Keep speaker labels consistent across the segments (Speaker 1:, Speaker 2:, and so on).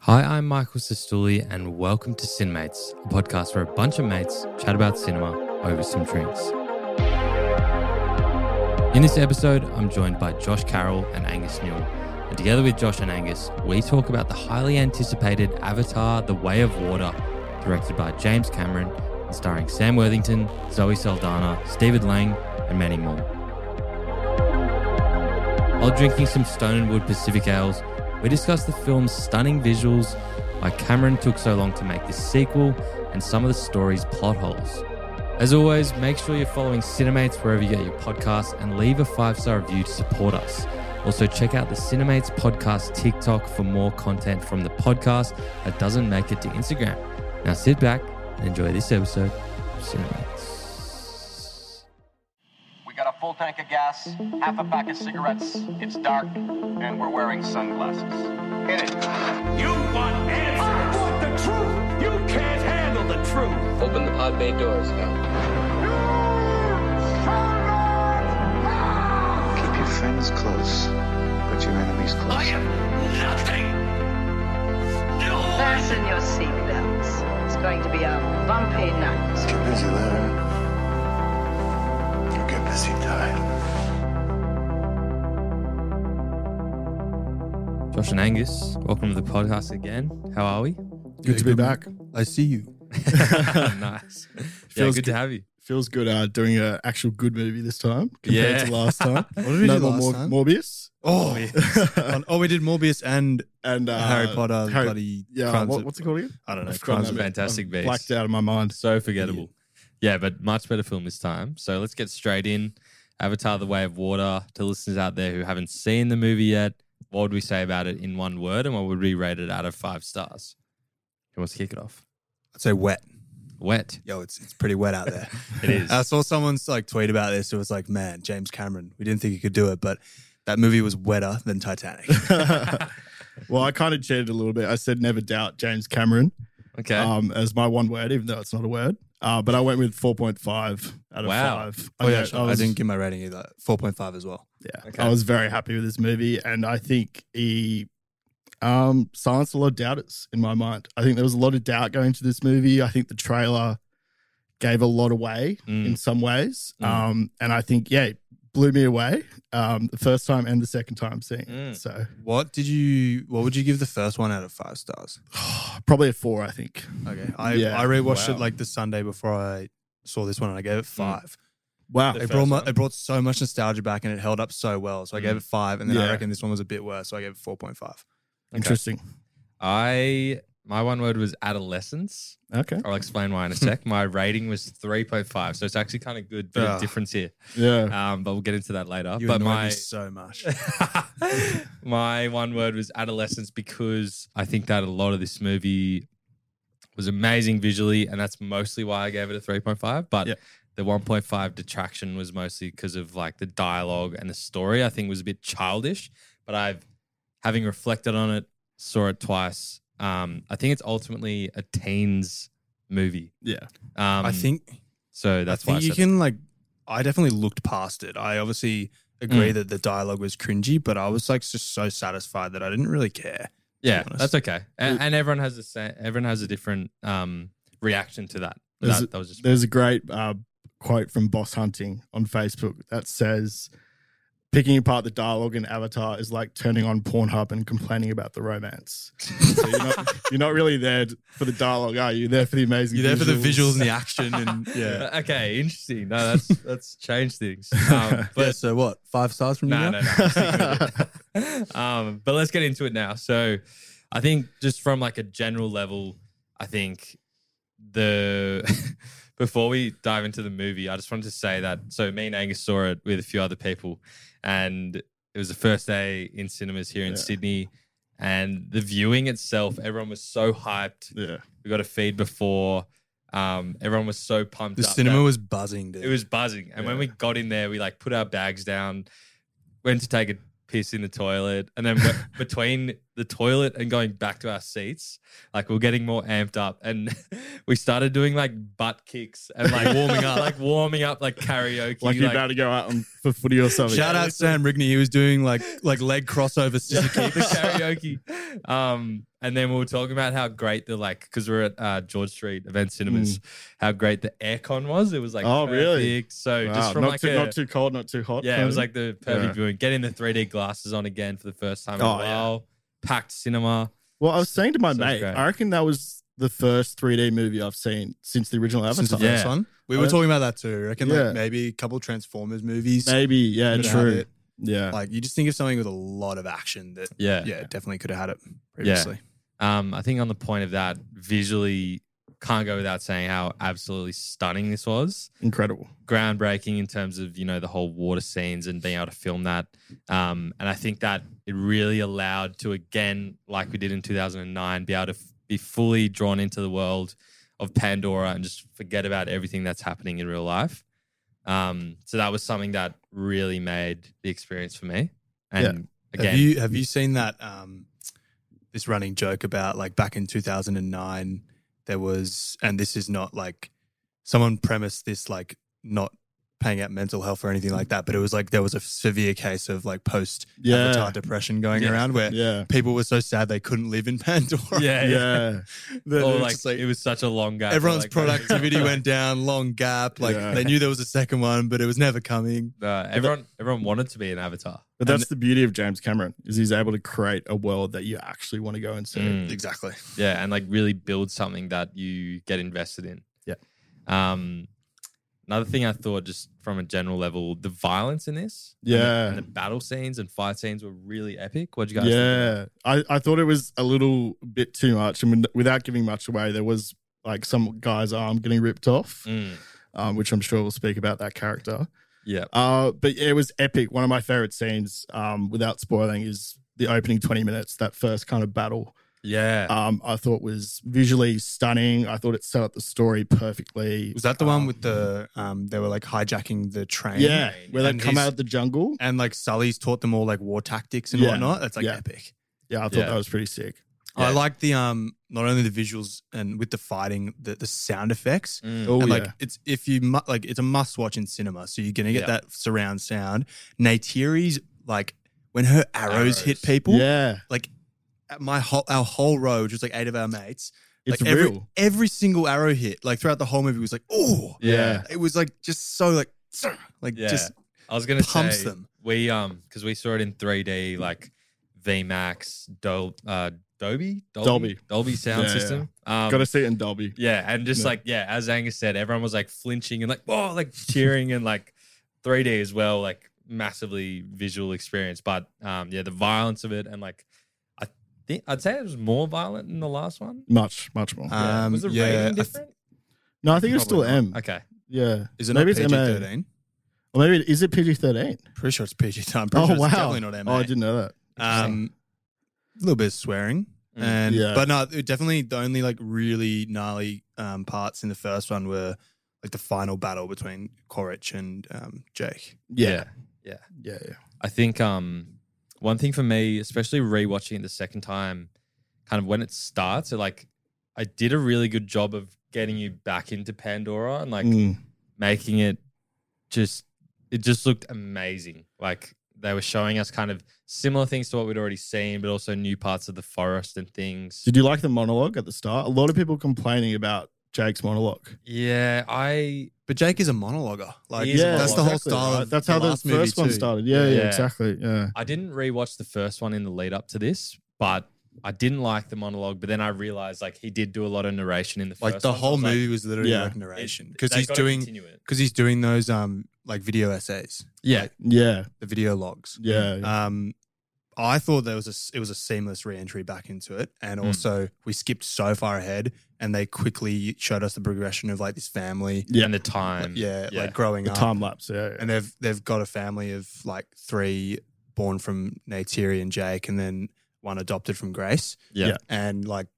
Speaker 1: Hi, I'm Michael Sestouli and welcome to Cinemates, a podcast where a bunch of mates chat about cinema over some drinks. In this episode, I'm joined by Josh Carroll and Angus Newell. And together with Josh and Angus, we talk about the highly anticipated Avatar The Way of Water, directed by James Cameron and starring Sam Worthington, Zoe Saldana, Stephen Lang, and many more. While drinking some Stone and Wood Pacific Ales, we discuss the film's stunning visuals, why Cameron took so long to make this sequel, and some of the story's plot holes. As always, make sure you're following Cinemates wherever you get your podcasts and leave a five star review to support us. Also, check out the Cinemates Podcast TikTok for more content from the podcast that doesn't make it to Instagram. Now, sit back and enjoy this episode of Cinemates.
Speaker 2: We got a full tank of gas, half a pack of cigarettes, it's dark, and we're wearing sunglasses. Hit it.
Speaker 3: You want answers. I want the truth. You can't handle the truth.
Speaker 4: Open the pod bay doors now.
Speaker 5: Keep your friends close, but your enemies close.
Speaker 3: I am nothing. No one.
Speaker 6: Fasten your seatbelts. It's going to be a bumpy night.
Speaker 5: Get busy later. You get busy tonight.
Speaker 1: Josh and Angus, welcome to the podcast again. How are we?
Speaker 7: Good to be back.
Speaker 8: I see you.
Speaker 1: nice. yeah,
Speaker 7: Feels
Speaker 1: good to
Speaker 7: good.
Speaker 1: have you.
Speaker 7: Feels good uh, doing an actual good movie this time compared
Speaker 1: Yeah.
Speaker 7: to last time.
Speaker 1: What
Speaker 8: did we
Speaker 7: no
Speaker 8: do
Speaker 7: more
Speaker 8: last
Speaker 7: Mor-
Speaker 8: time?
Speaker 7: Morbius
Speaker 8: Oh, on- oh, we did Morbius and
Speaker 7: and uh,
Speaker 8: Harry Potter.
Speaker 7: Harry-
Speaker 8: bloody
Speaker 7: yeah,
Speaker 8: Crimes
Speaker 7: what,
Speaker 8: of-
Speaker 7: what's it called again?
Speaker 8: I don't know.
Speaker 7: I've forgotten
Speaker 8: Crimes
Speaker 7: that
Speaker 8: of
Speaker 7: bit.
Speaker 1: Fantastic
Speaker 7: I've
Speaker 1: Beasts.
Speaker 7: Blacked out of my mind.
Speaker 1: So forgettable. Yeah. but much better film this time. So let's get straight in. Avatar The Way of Water to listeners out there who haven't seen the movie yet. What would we say about it in one word and what would we rate it out of five stars? Who wants to kick it off?
Speaker 8: I'd say wet.
Speaker 1: Wet.
Speaker 8: Yo, it's it's pretty wet out there.
Speaker 1: It is.
Speaker 8: I saw someone's like tweet about this. It was like, man, James Cameron. We didn't think he could do it, but that movie was wetter than Titanic.
Speaker 7: well, I kind of cheated a little bit. I said never doubt James Cameron
Speaker 1: Okay.
Speaker 7: um, as my one word, even though it's not a word. Uh, but I went with 4.5 out of
Speaker 1: Wow.
Speaker 7: 5.
Speaker 8: oh yeah,
Speaker 7: know,
Speaker 8: sure. I, didn't give my rating either. Four point five as well.
Speaker 7: Yeah,
Speaker 1: Okay.
Speaker 7: I was very happy with this movie, and I think he um, silenced a lot of doubters in my mind. I think there was a lot of doubt going into this movie. I think the trailer gave a lot away
Speaker 1: Mm.
Speaker 7: in some ways,
Speaker 1: Mm.
Speaker 7: um, and I think yeah, it blew me away um, the first time and the second time seeing it.
Speaker 1: Mm.
Speaker 7: So
Speaker 8: What did you? What would you give the first one out of five stars?
Speaker 7: probably a four, I think.
Speaker 8: Okay, I
Speaker 7: Yeah.
Speaker 8: I rewatched
Speaker 7: Wow. Mm.
Speaker 8: it like the Sunday before I saw this one, and I gave it five.
Speaker 7: Wow,
Speaker 8: it brought my, it brought so much nostalgia back, and it held up so well. So I gave it five, and then I
Speaker 7: Yeah.
Speaker 8: reckon this one was a bit worse. So I gave it four point five.
Speaker 7: interesting.
Speaker 1: I my one word was adolescence.
Speaker 7: Okay,
Speaker 1: I'll explain why in a sec. My rating was three point five, so it's actually kind of good bit
Speaker 8: Ah.
Speaker 1: of difference here.
Speaker 7: yeah,
Speaker 1: Um, but we'll get into that later.
Speaker 8: Uh, You
Speaker 1: but
Speaker 8: annoy
Speaker 1: my
Speaker 8: me so much.
Speaker 1: my one word was adolescence because I think that a lot of this movie was amazing visually, and that's mostly why I gave it a 3.5. But
Speaker 7: Yeah.
Speaker 1: the 1.5 detraction was mostly because of like the dialogue and the story, I think was a bit childish. But I've, having reflected on it, saw it twice. Um, I think it's ultimately a teens movie.
Speaker 7: yeah,
Speaker 1: Um,
Speaker 8: I think
Speaker 1: so. That's
Speaker 8: I think
Speaker 1: why I
Speaker 8: you
Speaker 1: said
Speaker 8: can like. I definitely looked past it. I obviously agree that the dialogue was cringy, but I was like just so satisfied that I didn't really care.
Speaker 1: Yeah,
Speaker 8: honest.
Speaker 1: that's okay. And, and everyone has the same. Everyone has a different um, reaction to that. But
Speaker 7: There's
Speaker 1: that, that was just
Speaker 7: There's a great uh, quote from Boss Hunting on Facebook that says, picking apart the dialogue in Avatar is like turning on Pornhub and complaining about the romance. so you're not, you're not really there for the dialogue, are you? You're there for the amazing.
Speaker 8: You're there for the visuals and the action, and yeah.
Speaker 1: Okay, interesting. No, that's that's changed things. Um,
Speaker 8: But, yeah.
Speaker 1: but
Speaker 8: So what? Five stars from
Speaker 1: no,
Speaker 8: you?
Speaker 1: no,
Speaker 8: now?
Speaker 1: no. I'm sticking with it. um, but let's get into it now. So, I think just from like a general level, I think the before we dive into the movie, I just wanted to say that so me and Angus saw it with a few other people, and it was the first day in cinemas here in
Speaker 7: Yeah.
Speaker 1: Sydney, and the viewing itself, everyone was so hyped.
Speaker 7: Yeah.
Speaker 1: We got a feed before. Um, everyone was so pumped.
Speaker 8: The
Speaker 1: up
Speaker 8: cinema
Speaker 1: that-
Speaker 8: was buzzing, dude.
Speaker 1: it was buzzing. And when we got in there, we like put our bags down, went to take a piss in the toilet, and then went between the toilet and going back to our seats, like we are getting more amped up, and we started doing like butt kicks and like warming up, like warming up like karaoke.
Speaker 7: Like you're
Speaker 1: like-
Speaker 7: about to go out on, for footy or something.
Speaker 8: Shout out Sam Rigney. He was doing like like leg crossovers just to
Speaker 1: the
Speaker 8: keep us.
Speaker 1: karaoke. Um, and then we were talking about how great the like because we're at uh, George Street Event Cinemas, how great the aircon was. It was like
Speaker 7: Mm. Oh, really?
Speaker 1: perfect. So
Speaker 7: Wow,
Speaker 1: just from
Speaker 7: Ah, not,
Speaker 1: like
Speaker 7: too,
Speaker 1: a,
Speaker 7: not too cold, not too hot.
Speaker 1: Yeah, it was
Speaker 7: kind
Speaker 1: like the perfect
Speaker 7: Yeah.
Speaker 1: viewing. Getting the 3D glasses on again for the first time in a
Speaker 7: Oh, yeah.
Speaker 1: while. Packed cinema.
Speaker 7: of. Well, I was saying to my
Speaker 1: Sounds
Speaker 7: mate,
Speaker 1: great.
Speaker 7: I reckon that was the first 3D movie I've seen since the original Avatar.
Speaker 8: Since the
Speaker 1: Yeah.
Speaker 8: first one, we
Speaker 7: I
Speaker 8: were
Speaker 7: don't-
Speaker 8: talking about that too. I reckon
Speaker 7: Yeah.
Speaker 8: like maybe a couple Transformers movies.
Speaker 7: Maybe, yeah,
Speaker 8: could have
Speaker 7: true.
Speaker 8: had it.
Speaker 7: Yeah.
Speaker 8: Like you just think of something with a lot of action that
Speaker 1: Yeah.
Speaker 8: yeah, definitely could have had it previously.
Speaker 1: Um, I think on the point of that, visually can't go without saying how absolutely stunning this was.
Speaker 7: Incredible.
Speaker 1: Groundbreaking in terms of, you know, the whole water scenes and being able to film that. Um, and I think that it really allowed to again, like we did in 2009, be able to f- be fully drawn into the world of Pandora and just forget about everything that's happening in real life. Um, so that was something that really made the experience for me. And again,
Speaker 8: Have you have you seen that um this running joke about like back in 2009 there was and this is not like someone premised this like not paying out mental health or anything like that but it was like there was a severe case of like post
Speaker 7: Yeah.
Speaker 8: avatar depression going
Speaker 1: Yeah.
Speaker 8: around where
Speaker 7: Yeah.
Speaker 8: people were so sad they couldn't live in Pandora
Speaker 1: Yeah,
Speaker 7: Yeah.
Speaker 8: That
Speaker 1: or
Speaker 8: it's
Speaker 1: oh, like,
Speaker 8: just, like,
Speaker 1: it was such a long gap.
Speaker 8: everyone's
Speaker 1: like,
Speaker 8: productivity went down long gap like
Speaker 7: Yeah.
Speaker 8: they knew there was a second one but it was never coming
Speaker 1: Uh, everyone, everyone wanted to be an avatar.
Speaker 7: But that's the beauty of James Cameron is he's able to create a world that you actually want to go and see.
Speaker 1: Mm.
Speaker 8: exactly
Speaker 1: Yeah, and like really build something that you get invested in.
Speaker 7: Yeah.
Speaker 1: Um, another thing I thought, just from a general level, the violence in this, and the-
Speaker 7: Yeah.
Speaker 1: and the, battle scenes and fight scenes were really epic. What'd you guys? think?
Speaker 7: Yeah, I, I thought it was a little bit too much, and when- without giving much away, there was like some guy's arm getting ripped off,
Speaker 1: Mm,
Speaker 7: um, which I'm sure we'll speak about that character.
Speaker 1: yeah.
Speaker 7: Uh, but yeah, it was epic. One of my favorite scenes, um, without spoiling, is the opening 20 minutes. That first kind of battle,
Speaker 1: Yeah.
Speaker 7: um, I thought was visually stunning. I thought it set up the story perfectly.
Speaker 8: was that the one
Speaker 7: Um,
Speaker 8: with the um they were like hijacking the train
Speaker 7: yeah, where they
Speaker 8: And
Speaker 7: come
Speaker 8: his-
Speaker 7: out of the jungle?
Speaker 8: and like Sully's taught them all like war tactics and
Speaker 7: Yeah.
Speaker 8: whatnot. That's like
Speaker 7: Yeah.
Speaker 8: epic.
Speaker 7: Yeah, I thought
Speaker 1: Yeah.
Speaker 7: that was pretty sick.
Speaker 8: I
Speaker 1: Yeah.
Speaker 8: like the um not only the visuals and with the fighting, the, the sound effects.
Speaker 1: Mm.
Speaker 7: Oh,
Speaker 8: and
Speaker 7: yeah.
Speaker 8: like it's if you mu- like it's a must watch in cinema. So you're gonna get
Speaker 1: Yeah.
Speaker 8: that surround sound. Neytiri's like when her arrows, hit
Speaker 1: Arrows.
Speaker 8: people,
Speaker 7: yeah,
Speaker 8: like at my whole our whole row, which was like eight of our mates.
Speaker 7: it's
Speaker 8: like every
Speaker 7: real.
Speaker 8: every single arrow hit, like throughout the whole movie was like, oh
Speaker 7: yeah.
Speaker 8: it was like just so like like
Speaker 1: Yeah.
Speaker 8: just
Speaker 1: I was gonna
Speaker 8: pumps
Speaker 1: say
Speaker 8: them.
Speaker 1: we um because we saw it in 3D like VMAX Dol uh Dolby
Speaker 7: Dolby.
Speaker 1: Dolby sound
Speaker 7: Yeah, yeah.
Speaker 1: system. Um,
Speaker 7: Got to see it in Dolby.
Speaker 1: yeah, and just
Speaker 7: Yeah.
Speaker 1: like yeah, as Angus said, everyone was like flinching and like oh like cheering and like 3D as well, like massively visual experience. But um yeah, the violence of it and like I think I'd say it was more violent than the last one.
Speaker 7: Much, much more.
Speaker 8: Uh, Um,
Speaker 1: was the
Speaker 8: yeah, I
Speaker 1: rating
Speaker 8: th-
Speaker 1: different?
Speaker 7: no, I think it's still
Speaker 8: probably not.
Speaker 7: M.
Speaker 1: okay.
Speaker 7: Yeah.
Speaker 8: Is it
Speaker 7: Maybe
Speaker 8: not
Speaker 7: it's
Speaker 8: PG
Speaker 7: MA.
Speaker 8: thirteen?
Speaker 7: Or maybe it- is it PG thirteen?
Speaker 8: Pretty sure it's PG. I'm pretty
Speaker 7: Oh
Speaker 8: sure
Speaker 7: wow.
Speaker 8: it's definitely not MA.
Speaker 7: Oh, I didn't know that.
Speaker 8: Um, a little bit of swearing,
Speaker 1: Mm.
Speaker 8: and
Speaker 7: Yeah.
Speaker 8: but no, it definitely the only like really gnarly um, parts in the first one were like the final battle between Korich and um, Jake.
Speaker 7: Yeah.
Speaker 1: Yeah.
Speaker 7: Yeah. Yeah.
Speaker 1: I think um one thing for me, especially rewatching it the second time, kind of when it starts, it like I did a really good job of getting you back into Pandora and like
Speaker 7: Mm.
Speaker 1: making it just it just looked amazing. Like they were showing us kind of similar things to what we'd already seen, but also new parts of the forest and things.
Speaker 7: Did you like the monologue at the start? A lot of people complaining about Jake's monologue.
Speaker 1: Yeah, I
Speaker 8: But Jake is a monologuer. Like
Speaker 1: He is a
Speaker 8: that's the
Speaker 1: monologuer.
Speaker 8: whole
Speaker 7: exactly,
Speaker 8: style.
Speaker 7: right?
Speaker 8: Of
Speaker 7: That's how the,
Speaker 8: last movie
Speaker 7: first one
Speaker 8: too.
Speaker 7: started. Yeah, yeah,
Speaker 1: Yeah.
Speaker 7: exactly. Yeah.
Speaker 1: I didn't rewatch the first one in the lead up to this, but I didn't like the monologue. But then I realized like he did do a lot of narration in the first
Speaker 8: Like the
Speaker 1: one, so I
Speaker 8: whole
Speaker 1: was like,
Speaker 8: movie was literally
Speaker 7: Yeah.
Speaker 8: like
Speaker 1: it-
Speaker 8: narration because
Speaker 1: they've
Speaker 8: he's
Speaker 1: gotta
Speaker 8: doing
Speaker 1: continue it.
Speaker 8: because he's doing those um like video essays.
Speaker 1: yeah.
Speaker 7: Yeah.
Speaker 8: the video logs.
Speaker 7: Yeah.
Speaker 8: Um, I thought there was a s- it was a seamless re-entry back into it, and
Speaker 1: Mm.
Speaker 8: also we skipped so far ahead, and they quickly showed us the progression of like this family,
Speaker 7: Yeah.
Speaker 1: and the time,
Speaker 8: Hmm. yeah, like growing
Speaker 7: The
Speaker 8: up,
Speaker 7: time lapse. Yeah. yeah.
Speaker 8: and they've they've got a family of like three born from Neytiri and Jake, and then one adopted from Grace,
Speaker 1: yeah,
Speaker 7: Yeah.
Speaker 8: and like.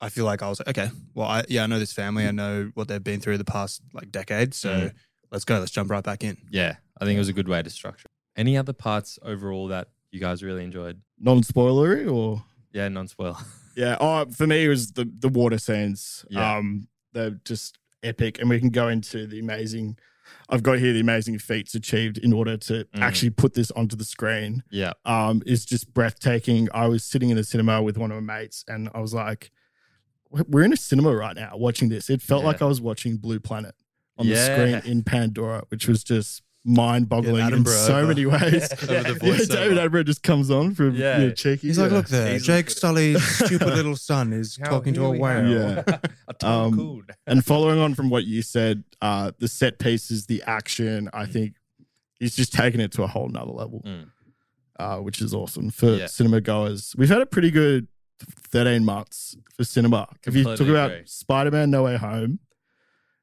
Speaker 8: I feel like I was like, okay, well, I, yeah, I know this family. I know what they've been through the past like decade. So
Speaker 1: Mm.
Speaker 8: let's go. Let's jump right back in.
Speaker 1: yeah. I think it was a good way to structure. it. Any other parts overall that you guys really enjoyed?
Speaker 7: Non spoilery or
Speaker 1: Yeah, non spoil.
Speaker 7: Yeah. Oh, for me, it was the the water scenes.
Speaker 1: Yeah.
Speaker 7: Um, they're just epic, and we can go into the amazing. I've got here the amazing feats achieved in order to
Speaker 1: Mm.
Speaker 7: actually put this onto the screen.
Speaker 1: yeah,
Speaker 7: Um, is just breathtaking. I was sitting in the cinema with one of my mates, and I was like, "We're we're in a cinema right now watching this." It felt
Speaker 1: Yeah.
Speaker 7: like I was watching Blue Planet on
Speaker 1: Yeah.
Speaker 7: the screen in Pandora, which was just mind-boggling in
Speaker 8: Attenborough
Speaker 7: so
Speaker 8: over-
Speaker 7: many ways.
Speaker 1: over
Speaker 7: yeah.
Speaker 1: the
Speaker 7: David
Speaker 8: voiceover.
Speaker 7: Attenborough just comes on from
Speaker 1: Yeah.
Speaker 7: yeah. cheeky.
Speaker 8: He's like,
Speaker 7: yeah.
Speaker 8: look there,
Speaker 1: He's
Speaker 8: Jake
Speaker 1: looking at-
Speaker 8: Sully's stupid little son is talking to a whale.
Speaker 7: Yeah.
Speaker 1: a
Speaker 7: Um, and following on from what you said, uh, the set pieces, the action, I think he's just taken it to a whole nother level,
Speaker 1: Mm.
Speaker 7: uh, which is awesome for
Speaker 1: Yeah.
Speaker 7: cinema goers. We've had a pretty good 13 months for cinema. if you talk
Speaker 1: Completely agree.
Speaker 7: about Spider Man No Way Home,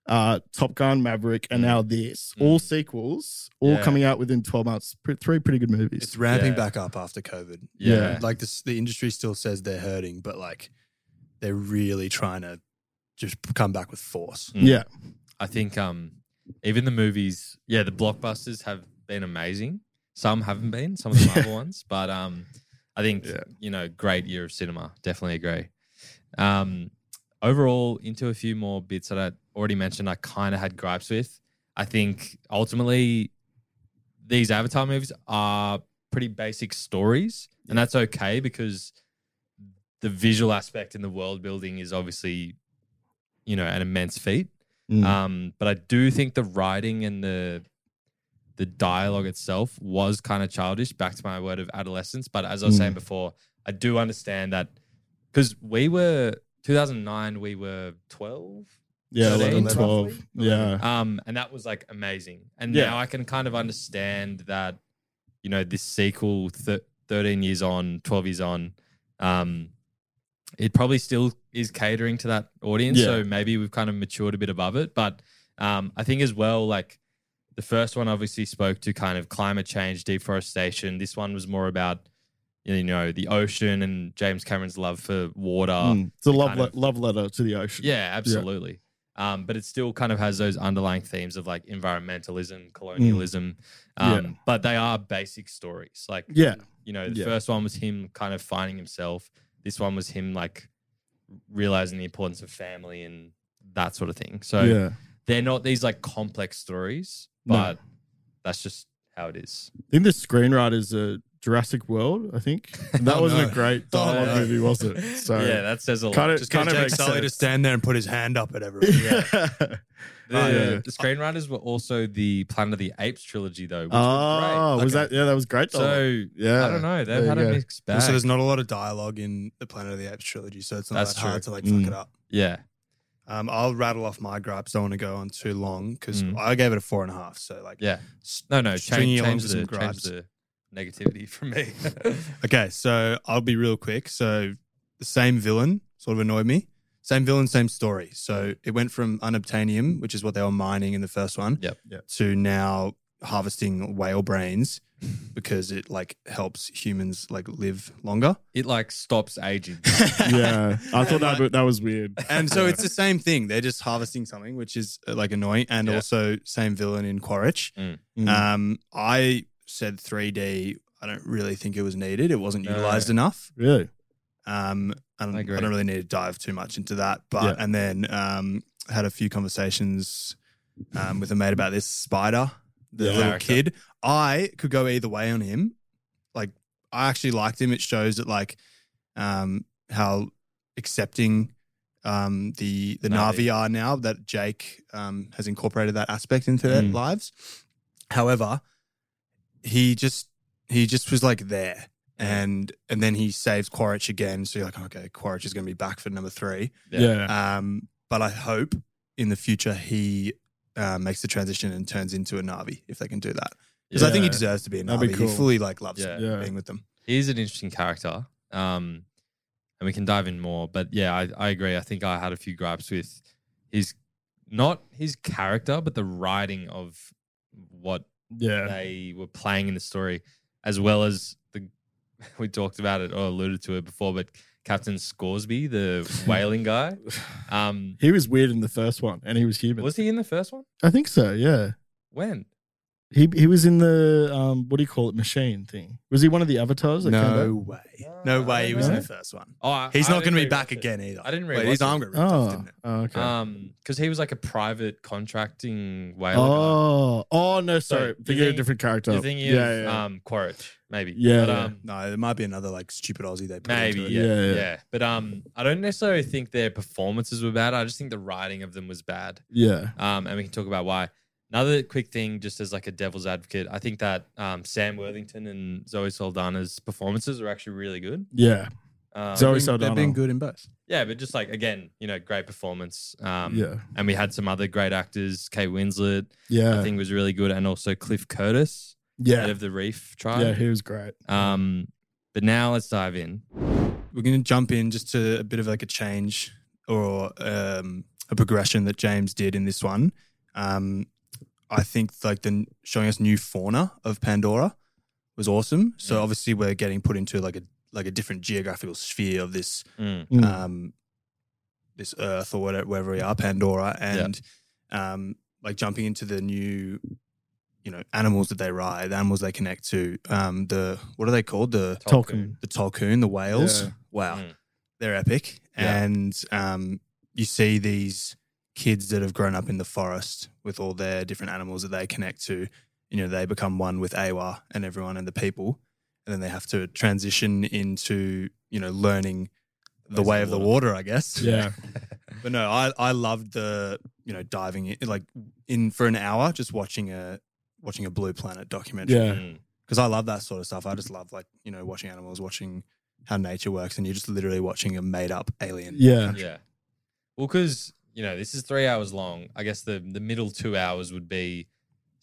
Speaker 7: uh, Top Gun Maverick, and
Speaker 1: Mm.
Speaker 7: now this,
Speaker 1: Mm.
Speaker 7: all sequels, all
Speaker 1: Yeah.
Speaker 7: coming out within 12 months, Pre- three pretty good movies.
Speaker 8: It's ramping
Speaker 1: Yeah.
Speaker 8: back up after COVID.
Speaker 1: yeah.
Speaker 7: yeah.
Speaker 8: Like this, the industry still says they're hurting, but like they're really trying to just come back with force.
Speaker 1: Mm.
Speaker 7: Yeah.
Speaker 1: I think um, even the movies, yeah, the blockbusters have been amazing. Some haven't been, some of the Marvel ones, but um, I think
Speaker 7: Yeah.
Speaker 1: you know, great year of cinema. Definitely agree. Um, overall, into a few more bits that I already mentioned, I kind of had gripes with. I think ultimately, these Avatar movies are pretty basic stories, and that's okay because the visual aspect and the world building is obviously, you know, an immense feat.
Speaker 7: Mm.
Speaker 1: Um, but I do think the writing and the the dialogue itself was kind of childish. Back to my word of adolescence. But as I was saying before, I do understand that because we were 2009, we were 12,
Speaker 7: yeah.
Speaker 1: 13,
Speaker 7: 11, 12.
Speaker 1: roughly.
Speaker 7: Yeah.
Speaker 1: um, and that was like amazing. And
Speaker 7: Yeah.
Speaker 1: now I can kind of understand that, you know, this sequel, thir- 13 years on, 12 years on, um, it probably still is catering to that audience.
Speaker 7: Yeah.
Speaker 1: So maybe we've kind of matured a bit above it. But um, I think as well, like the first one obviously spoke to kind of climate change, deforestation. This one was more about, you know, the ocean and James Cameron's love for water.
Speaker 7: Mm. It's a love,
Speaker 1: Uh, kind
Speaker 7: le-
Speaker 1: of-
Speaker 7: love letter to the ocean.
Speaker 1: Yeah, absolutely. Um, but it still kind of has those underlying themes of like environmentalism, colonialism.
Speaker 7: Mm. Yeah.
Speaker 1: Um, But they are basic stories. Like,
Speaker 7: Yeah.
Speaker 1: you know, the
Speaker 7: Yeah.
Speaker 1: first one was him kind of finding himself. This one was him like realizing the importance of family and that sort of thing. So
Speaker 7: yeah.
Speaker 1: they're not these like complex stories,
Speaker 7: No.
Speaker 1: but that's just how it is.
Speaker 7: I think the screenwriters are Jurassic World. I think that
Speaker 8: Oh,
Speaker 7: wasn't
Speaker 8: no.
Speaker 7: a great dialogue
Speaker 8: no.
Speaker 7: movie, was it? So
Speaker 1: yeah, that says a lot.
Speaker 7: kind of
Speaker 8: Just get
Speaker 7: kind of
Speaker 8: Jake
Speaker 7: makes
Speaker 8: Sully to
Speaker 7: sense.
Speaker 8: stand there and put his hand up at everyone.
Speaker 7: yeah.
Speaker 1: the,
Speaker 7: Oh, yeah.
Speaker 1: the screenwriters were also the Planet of the Apes trilogy, though. Which
Speaker 7: Oh,
Speaker 1: was great.
Speaker 7: was
Speaker 8: Okay.
Speaker 7: that? Yeah, that was great. Dialogue.
Speaker 1: So
Speaker 7: yeah,
Speaker 1: I don't know.
Speaker 7: There
Speaker 1: They've
Speaker 7: you
Speaker 1: had a
Speaker 7: go.
Speaker 1: mixed bag.
Speaker 8: Also, there's not a lot of dialogue in the Planet of the Apes trilogy, so it's not
Speaker 1: That's
Speaker 8: that hard to
Speaker 1: true.
Speaker 8: like fuck
Speaker 7: Mm.
Speaker 8: it up.
Speaker 1: yeah.
Speaker 8: Um, I'll rattle off my gripes. Don't want to go on too long because
Speaker 1: Mm.
Speaker 8: I gave it a four and a half. So like,
Speaker 1: Yeah. No, no.
Speaker 8: Stringing
Speaker 1: Change,
Speaker 8: along
Speaker 1: change,
Speaker 8: to
Speaker 1: the,
Speaker 8: some
Speaker 1: change
Speaker 8: gripes.
Speaker 1: the negativity for me.
Speaker 8: Okay, so I'll be real quick. So the same villain sort of annoyed me. Same villain, same story. So it went from unobtainium, which is what they were mining in the first one,
Speaker 1: Yep.
Speaker 7: Yep.
Speaker 8: to now harvesting whale brains because it like helps humans like live longer.
Speaker 1: it like stops aging.
Speaker 7: yeah, I thought that wa- that was weird.
Speaker 8: And so it's the same thing. They're just harvesting something, which is uh, like annoying, and
Speaker 1: Yeah.
Speaker 8: also same villain in Quaritch.
Speaker 7: Mm.
Speaker 8: Um, I said 3D. I don't really think it was needed. It wasn't
Speaker 1: No.
Speaker 8: utilized enough.
Speaker 7: really?
Speaker 8: Um, I don't,
Speaker 1: I
Speaker 8: I,
Speaker 1: agree.
Speaker 8: don't really need to dive too much into that, but
Speaker 7: Yeah.
Speaker 8: and then um, had a few conversations um, with a mate about this spider, the
Speaker 7: Yeah.
Speaker 8: little
Speaker 1: Character.
Speaker 8: kid. I could go either way on him. Like I actually liked him. It shows that like um, how accepting um, the the
Speaker 1: Na'vi.
Speaker 8: Navi are now that Jake um, has incorporated that aspect into their
Speaker 1: Mm.
Speaker 8: lives. However, he just he just was like there, and and then he saves Quaritch again. So you're like, okay, Quaritch is going to be back for number three.
Speaker 7: Yeah.
Speaker 8: Um, but I hope in the future he uh, makes the transition and turns into a Navi if they can do that because I think he
Speaker 7: Yeah.
Speaker 8: deserves to be a Navi.
Speaker 7: That'd be cool.
Speaker 8: He fully like loves
Speaker 1: Yeah.
Speaker 7: Yeah.
Speaker 8: being with them.
Speaker 1: He is an interesting character. Um, and we can dive in more. But yeah, I, I agree. I think I had a few gripes with his, not his character, but the writing of what
Speaker 7: Yeah.
Speaker 1: they were playing in the story, as well as the, we talked about it or alluded to it before, but Captain Scoresby, the whaling guy. Um,
Speaker 7: He was weird in the first one, and he was human.
Speaker 1: was he in the first one?
Speaker 7: I think so. Yeah.
Speaker 1: When?
Speaker 7: He he was in the um what do you call it machine thing? Was he one of the avatars? That came
Speaker 8: No way. No way. He was in
Speaker 7: No?
Speaker 8: the first one.
Speaker 1: Oh, I-
Speaker 8: He's
Speaker 1: I
Speaker 8: not going
Speaker 1: didn't rewatch
Speaker 8: to be back
Speaker 1: it.
Speaker 8: again either.
Speaker 1: I didn't
Speaker 8: Wait,
Speaker 1: rewatch
Speaker 8: his arm
Speaker 1: it.
Speaker 8: got
Speaker 7: back?
Speaker 8: ripped off,
Speaker 7: Oh,
Speaker 8: didn't it?
Speaker 7: oh, okay.
Speaker 1: Um, because he was like a private contracting whaler. guy.
Speaker 7: oh, oh no,
Speaker 1: you're
Speaker 7: sorry, thinking of a
Speaker 1: thinking-
Speaker 7: different character.
Speaker 1: You're thinking
Speaker 7: yeah,
Speaker 1: of
Speaker 7: yeah,
Speaker 1: um Quaritch, maybe.
Speaker 7: Yeah,
Speaker 1: But,
Speaker 7: yeah.
Speaker 1: um,
Speaker 8: No, there might be another like stupid Aussie they put
Speaker 1: maybe.
Speaker 8: into it.
Speaker 1: Yeah,
Speaker 7: Yeah,
Speaker 1: yeah,
Speaker 7: yeah.
Speaker 1: But um, I don't necessarily think their performances were bad. I just think the writing of them was bad.
Speaker 7: yeah,
Speaker 1: Um, and we can talk about why. Another quick thing, just as like a devil's advocate, I think that um, Sam Worthington and Zoe Saldana's performances are actually really good.
Speaker 7: yeah,
Speaker 1: Um,
Speaker 7: Zoe
Speaker 8: They've been- They've
Speaker 7: Saldana.
Speaker 8: been good in both.
Speaker 1: yeah, but just like again, you know, great performance. Um,
Speaker 7: yeah,
Speaker 1: And we had some other great actors, Kate Winslet,
Speaker 7: yeah,
Speaker 1: I think was really good, and also Cliff Curtis. head
Speaker 7: yeah,
Speaker 1: of the reef
Speaker 7: yeah.
Speaker 1: tribe.
Speaker 7: He was great.
Speaker 1: Um, but now let's dive in.
Speaker 8: We're going to jump in just to a bit of like a change or um, a progression that James did in this one. Um, I think like the showing us new fauna of Pandora was awesome. So
Speaker 1: Mm.
Speaker 8: obviously we're getting put into like a like a different geographical sphere of this
Speaker 1: Mm.
Speaker 7: Mm.
Speaker 8: um, this Earth or whatever, wherever we are, Pandora, and um, like jumping into the new, you know, animals that they ride, the animals they connect to. Um, the what are they called? The
Speaker 7: Tolkien.
Speaker 8: the Tolkien, the whales.
Speaker 7: Yeah.
Speaker 8: Wow,
Speaker 1: Mm.
Speaker 8: they're epic.
Speaker 1: Yeah.
Speaker 8: And um, you see these kids that have grown up in the forest with all their different animals that they connect to. You know, they become one with Awa and everyone and the people, and then they have to transition into you know learning the
Speaker 1: Ways
Speaker 8: way of the water, I guess.
Speaker 7: Yeah,
Speaker 8: But no, I I loved the you know diving in, like in for an hour just watching a watching a Blue Planet documentary
Speaker 7: yeah,
Speaker 1: Mm.
Speaker 8: because I love that sort of stuff. I just love like you know watching animals, watching how nature works, and you're just literally watching a made up alien.
Speaker 7: yeah,
Speaker 1: Yeah. Well, because you know this is three hours long. I guess the the middle two hours would be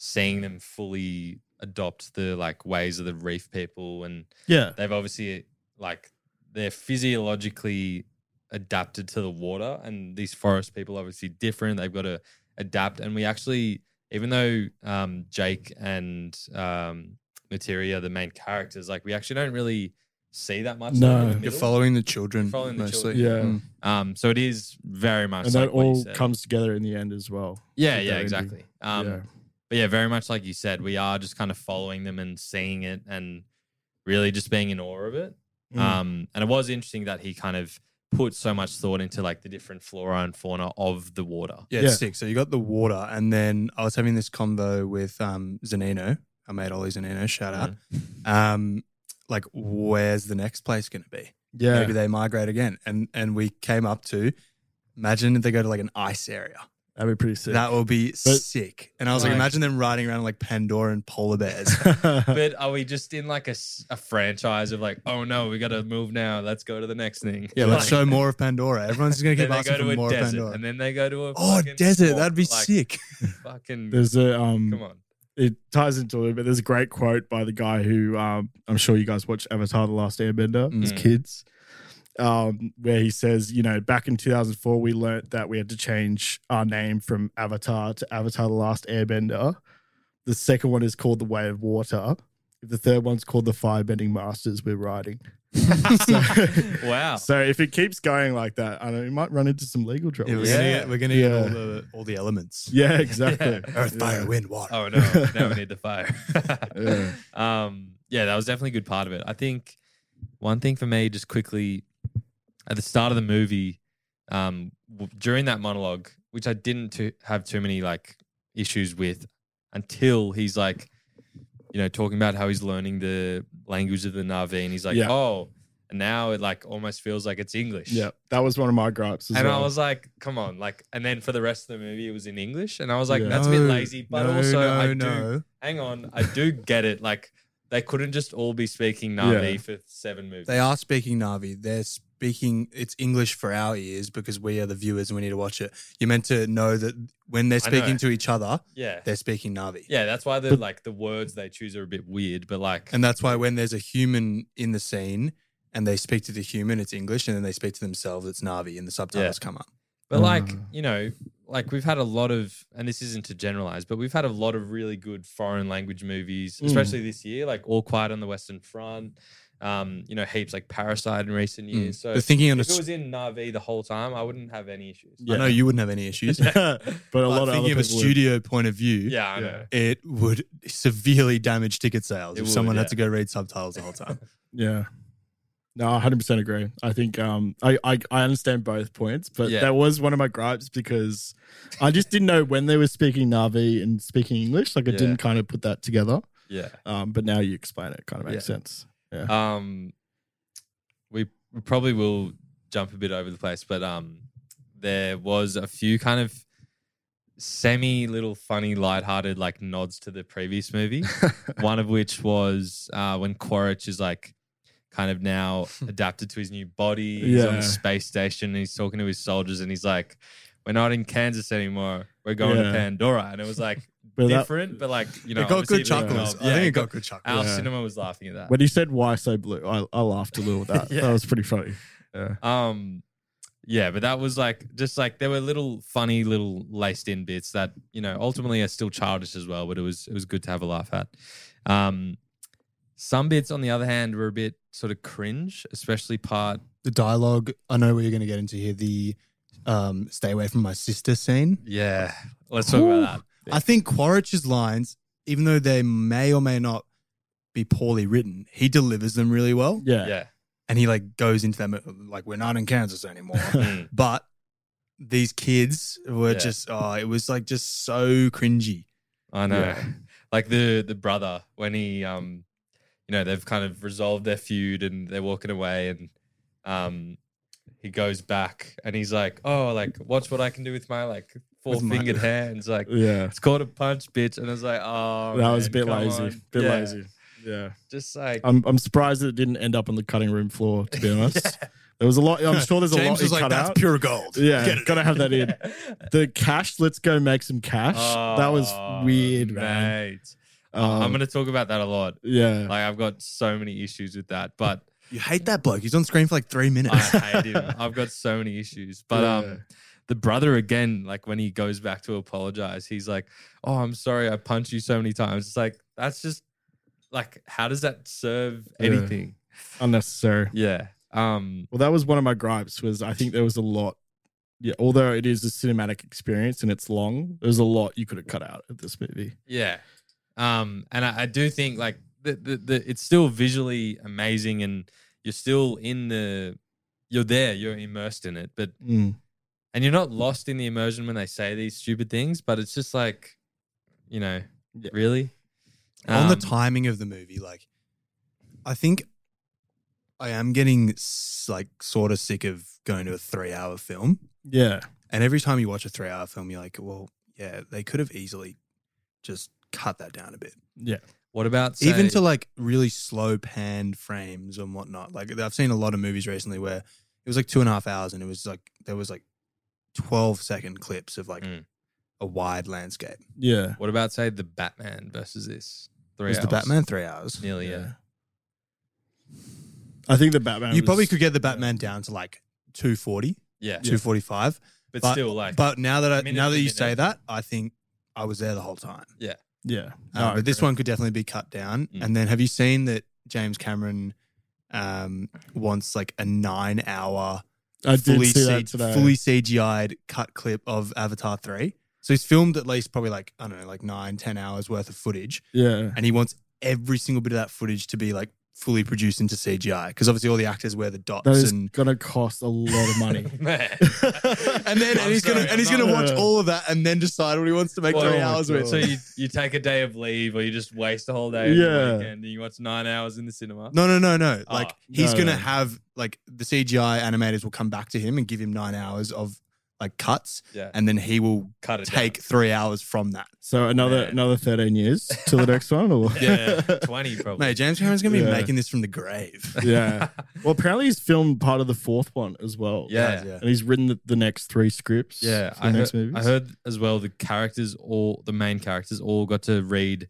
Speaker 1: seeing them fully adopt the like ways of the reef people, and
Speaker 7: yeah,
Speaker 1: they've obviously like they're physiologically adapted to the water, and these forest people are obviously different. They've got to adapt, and we actually, even though um, Jake and um, Materia, the main characters, like we actually don't really see that much. of them in
Speaker 7: No.
Speaker 1: the
Speaker 7: You're
Speaker 8: You're
Speaker 1: middle.
Speaker 8: following the children
Speaker 1: Following the
Speaker 8: mostly.
Speaker 7: children. Yeah.
Speaker 8: Mm.
Speaker 1: Um, so it is very much
Speaker 7: and
Speaker 1: like
Speaker 7: that
Speaker 1: what you
Speaker 7: all
Speaker 1: said.
Speaker 7: comes together in the end as well.
Speaker 1: Yeah,
Speaker 7: with
Speaker 1: yeah,
Speaker 7: that ending.
Speaker 1: exactly. Um,
Speaker 7: yeah,
Speaker 1: but yeah, very much like you said, we are just kind of following them and seeing it and really just being in awe of it.
Speaker 7: Mm.
Speaker 1: Um, and it was interesting that he kind of put so much thought into like the different flora and fauna of the water.
Speaker 8: Yeah, it's
Speaker 7: Yeah.
Speaker 8: sick. So you got the water, and then I was having this convo with um, Zanino, our mate Ollie Zanino, shout out. Um, like, where's the next place going to be?
Speaker 7: yeah,
Speaker 8: maybe they migrate again. And and we came up to imagine if they go to like an ice area.
Speaker 7: that'd be pretty sick.
Speaker 8: That would be
Speaker 7: But-
Speaker 8: sick. And I was like,
Speaker 1: Like-
Speaker 8: imagine them riding around like Pandora and polar bears.
Speaker 1: But are we just in like a, s- a franchise of like, oh no, we got to move now. Let's go to the next thing.
Speaker 8: yeah, let's
Speaker 1: Like,
Speaker 8: show more of Pandora. Everyone's just gonna
Speaker 1: Then
Speaker 8: keep
Speaker 1: they
Speaker 8: asking
Speaker 1: go to
Speaker 8: for
Speaker 1: a
Speaker 8: more of
Speaker 1: desert,
Speaker 8: Pandora.
Speaker 1: and then they go to a
Speaker 8: oh,
Speaker 1: fucking
Speaker 8: desert.
Speaker 1: swamp,
Speaker 8: That'd be
Speaker 1: like,
Speaker 8: sick.
Speaker 1: Fucking
Speaker 7: there's a um.
Speaker 1: come on.
Speaker 7: it ties into it, but there's a great quote by the guy who um, I'm sure you guys watch Avatar: The Last Airbender as
Speaker 1: Mm.
Speaker 7: kids, um, where he says, you know, back in 2004, we learnt that we had to change our name from Avatar to Avatar: The Last Airbender. The second one is called The Way of Water. If the third one's called The Firebending Masters, we're riding. So-
Speaker 1: wow.
Speaker 7: So if it keeps going like that, I know you might run into some legal trouble.
Speaker 8: Yeah, we're
Speaker 1: Yeah.
Speaker 8: gonna get, we're gonna
Speaker 7: Yeah.
Speaker 8: get all the all the elements.
Speaker 7: Yeah, exactly.
Speaker 8: Earth, fire,
Speaker 7: Yeah.
Speaker 8: wind, water.
Speaker 1: Oh no, now we need the fire.
Speaker 7: Yeah.
Speaker 1: Um, yeah, that was definitely a good part of it. I think one thing for me, just quickly, at the start of the movie, um, w- during that monologue, which I didn't to have too many like issues with, until he's like, you know, talking about how he's learning the language of the Na'vi, and he's like,
Speaker 7: Yeah.
Speaker 1: oh. And now it like almost feels like it's English.
Speaker 7: Yeah, that was one of my gripes. As
Speaker 1: And
Speaker 7: well.
Speaker 1: I was like, come on, like, and then for the rest of the movie, it was in English, and I was like,
Speaker 7: Yeah.
Speaker 1: that's a bit lazy. But
Speaker 8: no,
Speaker 1: also,
Speaker 8: no,
Speaker 1: I do
Speaker 8: no.
Speaker 1: hang on, I do get it. Like, they couldn't just all be speaking Na'vi
Speaker 7: Yeah.
Speaker 1: for seven movies.
Speaker 8: They are speaking Navi. They're speaking. It's English for our ears because we are the viewers and we need to watch it. You're meant to know that when they're
Speaker 1: I know.
Speaker 8: speaking to each other,
Speaker 1: yeah,
Speaker 8: they're speaking Navi.
Speaker 1: yeah. That's why the like the words they choose are a bit weird, but like,
Speaker 8: And that's why when there's a human in the scene and they speak to the human, it's English, and then they speak to themselves, it's Navi, and the subtitles come up.
Speaker 1: But like,
Speaker 7: Mm.
Speaker 1: you know, like we've had a lot of, and this isn't to generalize, but we've had a lot of really good foreign language movies,
Speaker 8: Hmm.
Speaker 7: Mm.
Speaker 1: especially this year, like All Quiet on the Western Front, um, you know, heaps like Parasite in recent years. So
Speaker 8: but Hmm. thinking on a,
Speaker 1: if it
Speaker 8: s-
Speaker 1: was in Navi the whole time, I wouldn't have any issues.
Speaker 8: I know you wouldn't have any issues.
Speaker 7: but a
Speaker 8: but
Speaker 7: lot
Speaker 8: thinking of
Speaker 7: of other
Speaker 8: a
Speaker 7: people would.
Speaker 8: studio point of view,
Speaker 1: Yeah, I
Speaker 7: Yeah.
Speaker 1: know.
Speaker 8: it would severely damage ticket sales
Speaker 1: It
Speaker 8: if
Speaker 1: would,
Speaker 8: someone
Speaker 1: yeah.
Speaker 8: had to go read subtitles the whole time.
Speaker 7: Yeah. No, I 100% agree. I think um, I, I I understand both points, but
Speaker 1: Yeah.
Speaker 7: that was one of my gripes because I just didn't know when they were speaking Navi and speaking English. Like I
Speaker 1: Yeah.
Speaker 7: didn't kind of put that together.
Speaker 1: Yeah.
Speaker 7: Um, but now you explain it, it kind of makes sense.
Speaker 1: Um, we we probably will jump a bit over the place, but um, there was a few kind of semi little funny, lighthearted like nods to the previous movie. One of which was uh, when Quaritch is like kind of now adapted to his new body. He's on
Speaker 7: Yeah.
Speaker 1: the space station and he's talking to his soldiers and he's like, "We're not in Kansas anymore. We're going to
Speaker 7: Yeah.
Speaker 1: Pandora." And it was like.
Speaker 7: But that-
Speaker 1: Different, but like you know,
Speaker 8: it got
Speaker 1: obviously
Speaker 8: good
Speaker 1: it was-
Speaker 8: chuckles.
Speaker 1: yeah,
Speaker 8: I think
Speaker 1: it
Speaker 8: it got
Speaker 1: got-
Speaker 8: good chuckles.
Speaker 1: Our
Speaker 7: Yeah.
Speaker 1: cinema was laughing at that.
Speaker 7: when he said why so blue, I, I laughed a little at that.
Speaker 1: Yeah.
Speaker 7: That was pretty funny. Yeah.
Speaker 1: Um, yeah, but that was like just like there were little funny little laced in bits that you know ultimately are still childish as well, but it was it was good to have a laugh at. Um, some bits on the other hand were a bit sort of cringe, especially part.
Speaker 8: The dialogue, I know where you're going to get into here. The um, stay away from my sister scene.
Speaker 1: Yeah, let's talk about
Speaker 8: I think Quaritch's lines, even though they may or may not be poorly written, he delivers them really well.
Speaker 7: Yeah.
Speaker 1: that. Yeah,
Speaker 8: And he like goes into them like we're not in Kansas anymore.
Speaker 1: Mm.
Speaker 8: but these kids were
Speaker 1: Yeah.
Speaker 8: just oh, it was like just so cringy.
Speaker 1: I know.
Speaker 7: Yeah.
Speaker 1: Like the the brother when he um, you know they've kind of resolved their feud and they're walking away and um, he goes back and he's like, oh, like watch what I can do with my like four
Speaker 8: With my-
Speaker 1: fingered hands, like.
Speaker 7: Yeah.
Speaker 1: It's called a punch, bitch. And I was like, oh,
Speaker 7: that was a
Speaker 1: man,
Speaker 7: bit
Speaker 1: come
Speaker 7: lazy.
Speaker 1: on.
Speaker 7: Bit
Speaker 1: Yeah,
Speaker 7: lazy. Yeah.
Speaker 1: Just like,
Speaker 7: I'm I'm surprised that it didn't end up on the cutting room floor, to be honest. There was a lot I'm sure there's a lot
Speaker 8: James
Speaker 7: he
Speaker 8: was like,
Speaker 7: cut
Speaker 8: "That's
Speaker 7: out.
Speaker 8: pure gold." Get
Speaker 7: Yeah,
Speaker 8: it.
Speaker 7: gotta have that in. The cash, let's go make some cash. that was
Speaker 1: Oh,
Speaker 7: weird, man.
Speaker 1: mate. I'm
Speaker 7: Um,
Speaker 1: gonna talk about that a lot.
Speaker 7: yeah,
Speaker 1: Like, I've got so many issues with that, but
Speaker 8: You hate that bloke. He's on screen for like three
Speaker 1: I
Speaker 8: minutes.
Speaker 1: hate him. I've got so many issues. But
Speaker 7: Yeah.
Speaker 1: um, the brother again, like when he goes back to apologize, he's like, "Oh, I'm sorry, I punched you so many times." It's like that's just like, how does that serve
Speaker 7: Yeah.
Speaker 1: anything?
Speaker 7: unnecessary.
Speaker 1: Yeah. Um.
Speaker 7: Well, that was one of my gripes. Was I think there was a lot. Yeah, although it is a cinematic experience and it's long, there's a lot you could have cut out of this movie.
Speaker 1: Yeah. Um, and I, I do think like the, the, the it's still visually amazing and you're still in the you're there, you're immersed in it, but
Speaker 8: Hmm.
Speaker 1: and you're not lost in the immersion when they say these stupid things, but it's just like, you know,
Speaker 7: Yeah.
Speaker 1: really?
Speaker 8: on the
Speaker 1: Um,
Speaker 8: timing of the movie, like I think I am getting s- like sort of sick of going to a three-hour film.
Speaker 7: Yeah,
Speaker 8: And every time you watch a three hour film, you're like, well, yeah, they could have easily just cut that down a bit.
Speaker 7: yeah,
Speaker 1: What about
Speaker 8: Even
Speaker 1: say-
Speaker 8: to like really slow pan frames and whatnot. Like I've seen a lot of movies recently where it was like two and a half hours and it was like, there was like 12 second clips of like
Speaker 1: Mm.
Speaker 8: a wide landscape.
Speaker 7: yeah.
Speaker 1: what about say the Batman versus this? Three
Speaker 8: Was the
Speaker 1: hours.
Speaker 8: Batman three hours?
Speaker 1: Nearly, yeah.
Speaker 7: I think the Batman.
Speaker 8: You
Speaker 7: was-
Speaker 8: probably could get the Batman down to like 240,
Speaker 1: Yeah.
Speaker 8: 245.
Speaker 1: But, still like
Speaker 8: But now that I,
Speaker 1: minute
Speaker 8: now
Speaker 1: to
Speaker 8: that you
Speaker 1: minute.
Speaker 8: say that, I think I was there the whole time.
Speaker 7: Yeah,
Speaker 8: Uh,
Speaker 7: No,
Speaker 8: but this one could definitely be cut down.
Speaker 1: Mm.
Speaker 8: And then have you seen that James Cameron um, wants like a nine hour
Speaker 7: I did
Speaker 8: fully,
Speaker 7: see that
Speaker 8: C-
Speaker 7: today.
Speaker 8: fully CGI'd cut clip of Avatar 3? So he's filmed at least probably like, I don't know, like nine, ten hours worth of footage.
Speaker 7: yeah,
Speaker 8: And he wants every single bit of that footage to be like
Speaker 7: fully produced into CGI because obviously all the actors wear the dots
Speaker 2: That is
Speaker 7: and
Speaker 2: gonna cost a lot of money.
Speaker 1: Man.
Speaker 7: and then
Speaker 1: I'm
Speaker 7: and he's
Speaker 1: sorry,
Speaker 7: gonna and he's
Speaker 1: I'm
Speaker 7: gonna
Speaker 2: not-
Speaker 7: watch all of that and then decide what he wants to make
Speaker 1: Well,
Speaker 7: three
Speaker 2: oh my
Speaker 7: hours with.
Speaker 1: So you, you take a day of leave or you just waste a whole day of yeah.
Speaker 2: Yeah.
Speaker 1: weekend and you watch nine hours in the cinema.
Speaker 7: No, no, no, no.
Speaker 1: Ah,
Speaker 7: Like he's
Speaker 2: no,
Speaker 7: gonna
Speaker 2: no.
Speaker 7: have like the CGI animators will come back to him and give him nine hours of like cuts,
Speaker 1: Yeah.
Speaker 7: and then he will
Speaker 1: Cut it.
Speaker 7: take
Speaker 1: down.
Speaker 7: three hours from that.
Speaker 2: So another
Speaker 1: Man.
Speaker 2: another thirteen years till the next one, or
Speaker 1: Yeah. 20 probably.
Speaker 7: Mate, James Cameron's gonna be
Speaker 2: Yeah.
Speaker 7: making this from the grave.
Speaker 2: yeah. Well, apparently he's filmed part of the fourth one as well.
Speaker 1: Yeah.
Speaker 7: yeah.
Speaker 2: and he's written the, the next three scripts.
Speaker 1: Yeah,
Speaker 2: for the
Speaker 1: I
Speaker 2: next
Speaker 1: heard,
Speaker 2: movies.
Speaker 1: I heard as well the characters, all the main characters, all got to read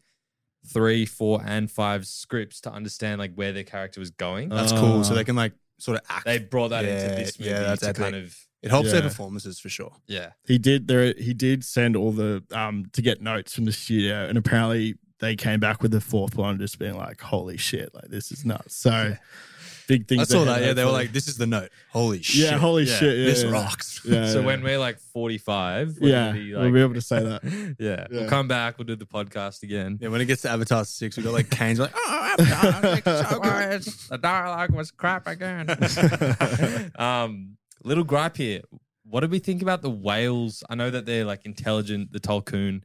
Speaker 1: three, four, and five scripts to understand like where their character was going.
Speaker 7: That's cool. So
Speaker 2: Uh,
Speaker 7: they can like sort of act.
Speaker 1: they brought that into
Speaker 7: yeah,
Speaker 1: this movie
Speaker 7: yeah, that's
Speaker 1: to kind
Speaker 7: epic.
Speaker 1: of
Speaker 7: it helps their
Speaker 2: Yeah.
Speaker 7: performances for sure.
Speaker 1: yeah.
Speaker 2: he did there. He did send all the um to get notes from the studio, and apparently they came back with the fourth one, just being like, "Holy shit! Like this is nuts." So big things.
Speaker 7: I
Speaker 2: they
Speaker 7: saw
Speaker 2: had
Speaker 7: that. Yeah, they were
Speaker 2: hopefully.
Speaker 7: like, "This is the note. Holy shit!
Speaker 2: Yeah, holy shit, yeah,
Speaker 7: this
Speaker 2: yeah.
Speaker 7: rocks."
Speaker 2: Yeah,
Speaker 1: so
Speaker 2: yeah.
Speaker 1: when we're like forty-five, we're
Speaker 2: yeah,
Speaker 1: gonna be,
Speaker 2: we'll
Speaker 1: like-
Speaker 2: be able to say that.
Speaker 1: yeah, we'll
Speaker 2: Yeah.
Speaker 1: come back. We'll do the podcast again.
Speaker 7: Yeah, when it gets to Avatar Six, we got like Kane's like, "Oh, Avatar, it's so good."
Speaker 1: the dialogue was crap again. um, little gripe here. What did we think about the whales? I know that they're like intelligent, the Tolkien,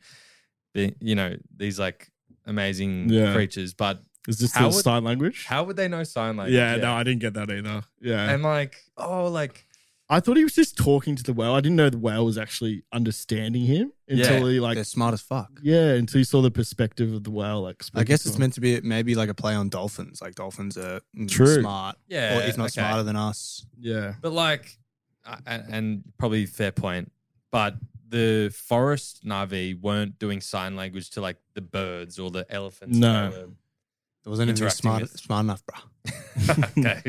Speaker 1: the, you know, these like amazing
Speaker 2: Yeah.
Speaker 1: creatures, but
Speaker 2: Is this
Speaker 1: How
Speaker 2: the
Speaker 1: would-
Speaker 2: sign language?
Speaker 1: how would they know sign language?
Speaker 2: yeah, no, I didn't get that either. Yeah,
Speaker 1: and like, oh, like,
Speaker 2: I thought he was just talking to the whale. I didn't know the whale was actually understanding him until
Speaker 1: Yeah,
Speaker 2: he like
Speaker 7: They're smart as fuck.
Speaker 2: yeah until he saw the perspective of the whale. Like
Speaker 7: I guess it's
Speaker 2: speaking
Speaker 7: meant to be maybe like a play on dolphins. Like dolphins are mm,
Speaker 2: True.
Speaker 7: smart,
Speaker 1: yeah,
Speaker 7: or if not
Speaker 1: okay.
Speaker 7: smarter than us.
Speaker 2: to him. yeah.
Speaker 1: But like, I- and, and probably fair point. But the forest Navi weren't doing sign language to like the birds or the elephants.
Speaker 2: No.
Speaker 1: They were-
Speaker 7: There wasn't anything
Speaker 1: Interacting
Speaker 7: smart,
Speaker 1: with-
Speaker 7: smart enough, bro.
Speaker 1: okay.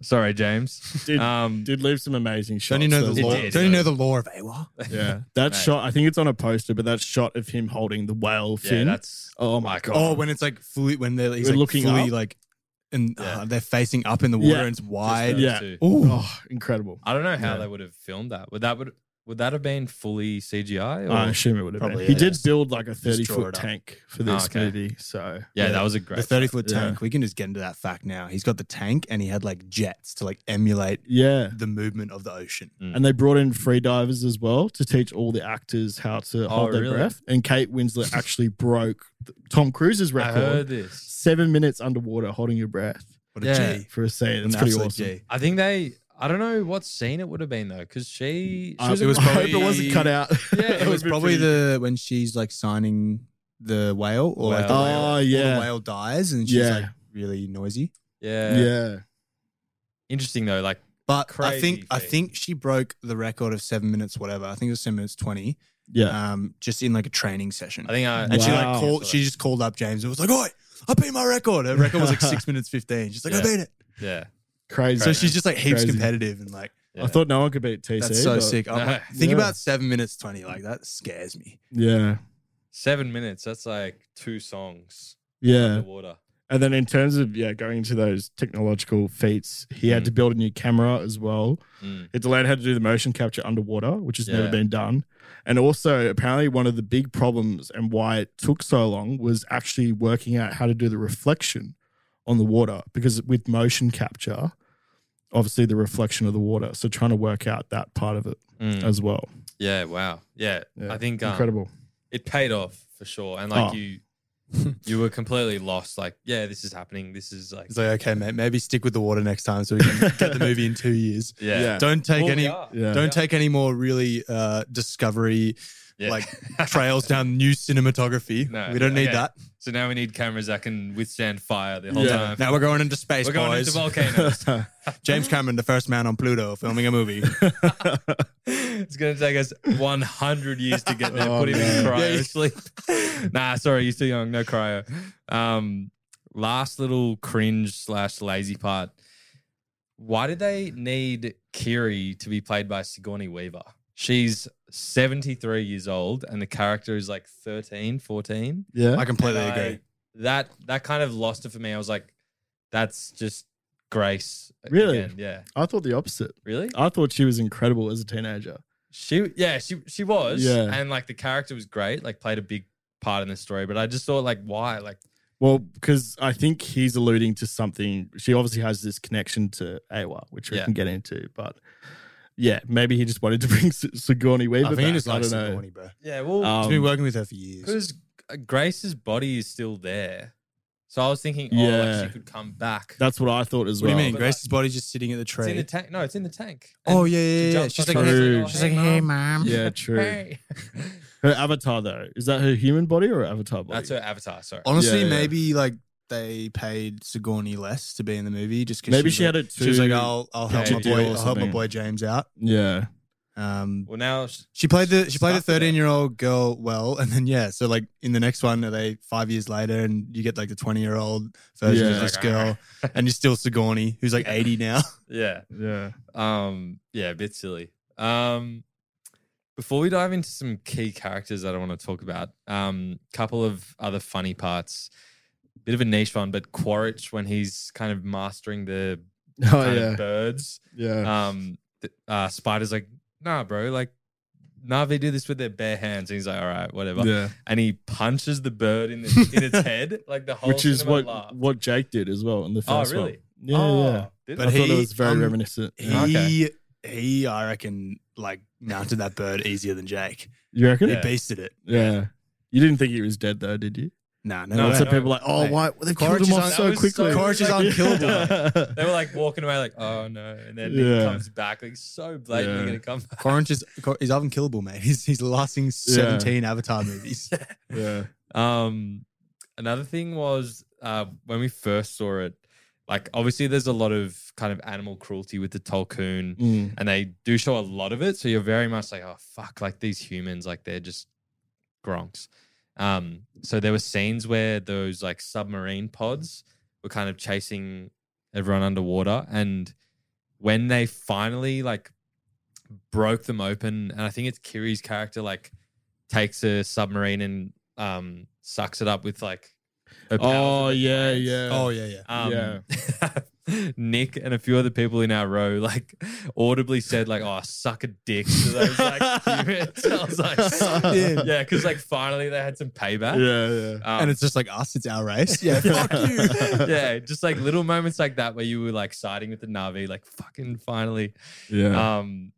Speaker 1: Sorry, James.
Speaker 2: Did-
Speaker 1: um,
Speaker 2: Did leave some amazing shots.
Speaker 7: Don't you know the
Speaker 2: though.
Speaker 7: law?
Speaker 1: did, it
Speaker 7: Don't you
Speaker 1: did.
Speaker 7: know the law of Awa?
Speaker 2: Yeah, that
Speaker 1: Mate.
Speaker 2: shot. I think it's on a poster, but that shot of him holding the whale
Speaker 1: yeah,
Speaker 2: fin.
Speaker 1: that's
Speaker 2: oh my god.
Speaker 7: Oh, when it's like fully when they're he's
Speaker 2: We're
Speaker 7: like
Speaker 2: looking
Speaker 7: fully
Speaker 2: up?
Speaker 7: like, and
Speaker 1: Yeah.
Speaker 7: uh, they're facing up in the water
Speaker 2: Yeah.
Speaker 7: and it's
Speaker 1: I,
Speaker 7: wide.
Speaker 2: yeah.
Speaker 1: too.
Speaker 7: Ooh.
Speaker 2: Oh, incredible.
Speaker 1: I don't know how
Speaker 2: Yeah.
Speaker 1: they would have filmed that. Would that would would that have been fully CGI? Or?
Speaker 2: I assume it would have been.
Speaker 7: Probably,
Speaker 2: He
Speaker 7: yeah.
Speaker 2: did build like a thirty
Speaker 7: draw
Speaker 2: foot
Speaker 7: it up.
Speaker 2: tank for
Speaker 1: Oh,
Speaker 2: this
Speaker 1: okay.
Speaker 2: movie, so
Speaker 1: yeah, that was a
Speaker 7: The
Speaker 1: great.
Speaker 7: 30 foot
Speaker 2: Yeah.
Speaker 7: tank, we can just get into that fact now. He's got the tank and he had like jets to like emulate
Speaker 2: yeah.
Speaker 7: the movement of the ocean.
Speaker 2: And they brought in free divers as well to teach all the actors how to hold their
Speaker 1: Oh, really?
Speaker 2: breath. And Kate Winslet actually broke th- Tom Cruise's
Speaker 1: I
Speaker 2: record
Speaker 1: heard this.
Speaker 2: seven minutes underwater holding your breath
Speaker 7: What a
Speaker 1: Yeah.
Speaker 7: G.
Speaker 2: for a scene.
Speaker 7: An
Speaker 2: That's pretty
Speaker 7: absolute
Speaker 2: awesome.
Speaker 7: G.
Speaker 1: I think they. I don't know what scene it would have been though, because she. she
Speaker 2: I-
Speaker 1: was
Speaker 7: it was
Speaker 2: I hope Uh, it
Speaker 7: probably-
Speaker 2: wasn't cut out.
Speaker 1: Yeah,
Speaker 7: It was probably the when she's like signing the whale or like the
Speaker 1: Whale.
Speaker 7: whale,
Speaker 2: Oh,
Speaker 7: or
Speaker 2: yeah.
Speaker 7: the whale dies and she's
Speaker 2: Yeah.
Speaker 7: like really noisy.
Speaker 1: yeah.
Speaker 2: yeah.
Speaker 1: Interesting though. Like
Speaker 7: But I
Speaker 1: Crazy
Speaker 7: think I
Speaker 1: thing.
Speaker 7: think she broke the record of seven minutes, whatever. I think it was seven minutes twenty.
Speaker 2: Yeah.
Speaker 7: Um, just in like a training session.
Speaker 1: I think uh, I.
Speaker 7: and she like
Speaker 2: Wow.
Speaker 7: called. She just called up James and was like, "Oi, I beat my record." Her record was like six minutes fifteen. She's like,
Speaker 1: Yeah.
Speaker 7: "I beat it."
Speaker 1: yeah.
Speaker 2: Crazy.
Speaker 7: So she's just like heaps
Speaker 2: Crazy.
Speaker 7: competitive and like
Speaker 1: yeah.
Speaker 2: I thought no one could beat TC.
Speaker 7: that's so
Speaker 2: but-
Speaker 7: sick. I'm like,
Speaker 1: No.
Speaker 7: think
Speaker 2: Yeah.
Speaker 7: about seven minutes twenty. Like that scares me.
Speaker 2: Yeah.
Speaker 1: seven minutes. That's like two songs.
Speaker 2: Yeah.
Speaker 1: Underwater.
Speaker 2: And then in terms of yeah, going into those technological feats, he had
Speaker 1: Mm.
Speaker 2: to build a new camera Uh, as well.
Speaker 1: Mm.
Speaker 2: It's allowed how to do the motion capture underwater, which has
Speaker 1: Yeah.
Speaker 2: never been done. And also, apparently, one of the big problems and why it took so long was actually working out how to do the reflection on the water because with motion capture, obviously the reflection of the water. So trying to work out that part of it
Speaker 1: Mm.
Speaker 2: as well.
Speaker 1: Yeah. Wow. Yeah.
Speaker 2: Yeah,
Speaker 1: I think um,
Speaker 2: incredible.
Speaker 1: It paid off for sure, and like
Speaker 2: Oh.
Speaker 1: you, you were completely lost. Like, yeah, this is happening. This is like,
Speaker 7: It's like, okay, mate, maybe stick with the water next time so we can get the movie in two years.
Speaker 1: yeah.
Speaker 2: yeah.
Speaker 7: Don't take
Speaker 1: Well, we
Speaker 7: any.
Speaker 1: are.
Speaker 2: Yeah.
Speaker 7: Don't take any more really uh, discovery
Speaker 1: Yeah.
Speaker 7: like trails down new cinematography.
Speaker 1: No,
Speaker 7: we don't need
Speaker 1: okay.
Speaker 7: that.
Speaker 1: So now we need cameras that can withstand fire the whole
Speaker 2: Yeah.
Speaker 1: time.
Speaker 7: Now we're going into space,
Speaker 1: We're going
Speaker 7: boys.
Speaker 1: into volcanoes.
Speaker 7: James Cameron, the first man on Pluto, filming a movie.
Speaker 1: it's gonna take us 100 years to get there.
Speaker 2: Oh,
Speaker 1: Put him in
Speaker 2: man.
Speaker 1: cryo
Speaker 7: Yeah, you-
Speaker 1: sleep. Nah, sorry, you're too young. No cryo. Um, last little cringe slash lazy part. Why did they need Kiri to be played by Sigourney Weaver? She's 73 years old and the character is like 13, 14.
Speaker 2: Yeah.
Speaker 7: I completely
Speaker 1: And I-
Speaker 7: agree.
Speaker 1: that that kind of lost it for me. I was like, that's just grace.
Speaker 2: Really?
Speaker 1: again. Yeah.
Speaker 2: I thought the opposite.
Speaker 1: Really?
Speaker 2: I thought she was incredible as a teenager.
Speaker 1: She yeah, she she was.
Speaker 2: Yeah.
Speaker 1: And like the character was great, like played a big part in the story. But I just thought like why? Like
Speaker 9: Well, because I think he's alluding to something. She obviously has this connection to Awa, which we
Speaker 7: Yeah.
Speaker 9: can get into. But yeah, maybe he just wanted to bring S- Sigourney Weaver
Speaker 7: I think
Speaker 9: back.
Speaker 7: he just
Speaker 9: I
Speaker 7: likes
Speaker 9: don't know.
Speaker 7: Sigourney, bro.
Speaker 1: Yeah, well,
Speaker 9: Um,
Speaker 7: He's been working with her for years.
Speaker 1: because Grace's body is still there, so I was thinking, oh,
Speaker 9: Yeah.
Speaker 1: like she could come back.
Speaker 9: That's what I thought as
Speaker 7: What do
Speaker 9: well.
Speaker 7: you mean?
Speaker 1: but
Speaker 7: Grace's body's just sitting at the
Speaker 1: it's in the
Speaker 7: tree.
Speaker 1: tank. No, it's in the tank.
Speaker 7: Oh
Speaker 1: And
Speaker 7: yeah,
Speaker 1: she
Speaker 7: yeah, yeah.
Speaker 1: jumps
Speaker 7: She's
Speaker 1: on
Speaker 7: like,
Speaker 1: top of it,
Speaker 9: True.
Speaker 1: oh,
Speaker 9: She's
Speaker 1: mom.
Speaker 7: mom.
Speaker 9: Yeah, true.
Speaker 1: Hey.
Speaker 9: Her avatar though is that her human body or her avatar body?
Speaker 1: That's her avatar. Sorry.
Speaker 7: Honestly,
Speaker 9: Yeah, yeah.
Speaker 7: maybe like they paid Sigourney less to be in the movie just because
Speaker 9: Maybe she
Speaker 7: like,
Speaker 9: had it
Speaker 7: She was like,
Speaker 9: too-
Speaker 7: "I'll, I'll help
Speaker 1: Yeah,
Speaker 7: my
Speaker 1: to do
Speaker 7: boy,
Speaker 9: or
Speaker 7: I'll help my
Speaker 9: something.
Speaker 7: boy James out."
Speaker 9: Yeah,
Speaker 7: Um,
Speaker 1: Well, now she-
Speaker 7: she played the she played the
Speaker 1: Stuck with it.
Speaker 7: thirteen year old girl well, and then yeah, so like in the next one, are they five years later, and you get like the twenty year old version
Speaker 9: Yeah.
Speaker 7: of this girl, and you're still Sigourney, who's like eighty now.
Speaker 1: yeah.
Speaker 9: yeah.
Speaker 1: Um, yeah, a bit silly. Um, before we dive into some key characters that I want to talk about, um, couple of other funny parts. Bit of a niche one, but Quaritch when he's kind of mastering the
Speaker 9: Oh
Speaker 1: kind
Speaker 9: yeah,
Speaker 1: of birds,
Speaker 9: yeah.
Speaker 1: um, th- uh, Spider's like, nah, bro, like Navi do this with their bare hands, and he's like, all right, whatever,
Speaker 9: yeah,
Speaker 1: and he punches the bird in, the, in its head, like the whole.
Speaker 9: which is
Speaker 1: cinema
Speaker 9: what
Speaker 1: laugh.
Speaker 9: what Jake did as well in the
Speaker 1: Oh,
Speaker 9: first one.
Speaker 1: really?
Speaker 9: Yeah,
Speaker 1: oh,
Speaker 9: yeah.
Speaker 1: did-
Speaker 7: But
Speaker 9: I thought it
Speaker 7: he-
Speaker 9: was very
Speaker 7: um,
Speaker 9: reminiscent.
Speaker 7: He
Speaker 9: Yeah.
Speaker 7: he, I reckon, like mounted that bird easier than Jake.
Speaker 9: You reckon?
Speaker 7: He
Speaker 1: Yeah.
Speaker 7: beasted it.
Speaker 9: Yeah. You didn't think he was dead though, did you?
Speaker 7: Nah, no,
Speaker 1: No,
Speaker 7: way.
Speaker 9: Lots of
Speaker 1: no.
Speaker 9: people like, oh,
Speaker 7: Mate,
Speaker 9: why they
Speaker 7: Quaritch
Speaker 9: killed him
Speaker 7: is
Speaker 9: off
Speaker 7: un-
Speaker 9: so
Speaker 1: that was
Speaker 9: quickly.
Speaker 1: so-
Speaker 7: Quaritch is
Speaker 1: like-
Speaker 7: unkillable.
Speaker 1: They were like walking away, like, oh no. And then
Speaker 9: Yeah.
Speaker 1: he comes back, like, so blatantly
Speaker 9: Yeah.
Speaker 1: going to come back.
Speaker 7: Quaritch is Cor- he's unkillable, man. He's he's lasting seventeen Avatar movies.
Speaker 9: yeah.
Speaker 1: Um, another thing was uh, when we first saw it, like, obviously, there's a lot of kind of animal cruelty with the Tolkien,
Speaker 9: Mm.
Speaker 1: and they do show a lot of it. So you're very much like, oh, fuck, like these humans, like, they're just gronks. Um, so there were scenes where those like submarine pods were kind of chasing everyone underwater, and when they finally like broke them open, and I think it's Kiri's character like takes a submarine and um sucks it up with like her
Speaker 9: Oh
Speaker 1: powers of her
Speaker 9: yeah,
Speaker 1: hands.
Speaker 9: yeah.
Speaker 7: oh yeah, yeah.
Speaker 1: Um,
Speaker 9: Yeah.
Speaker 1: Nick and a few other people in our row like audibly said like, "Oh, suck a dick." To those like humans. I was like,
Speaker 7: Yeah.
Speaker 1: yeah, because like finally they had some payback.
Speaker 9: yeah, yeah.
Speaker 1: Um,
Speaker 7: and it's just like us. It's our race. Yeah, fuck you.
Speaker 1: yeah, just like little moments like that where you were like siding with the Navi, like fucking finally.
Speaker 9: Yeah.
Speaker 1: Um,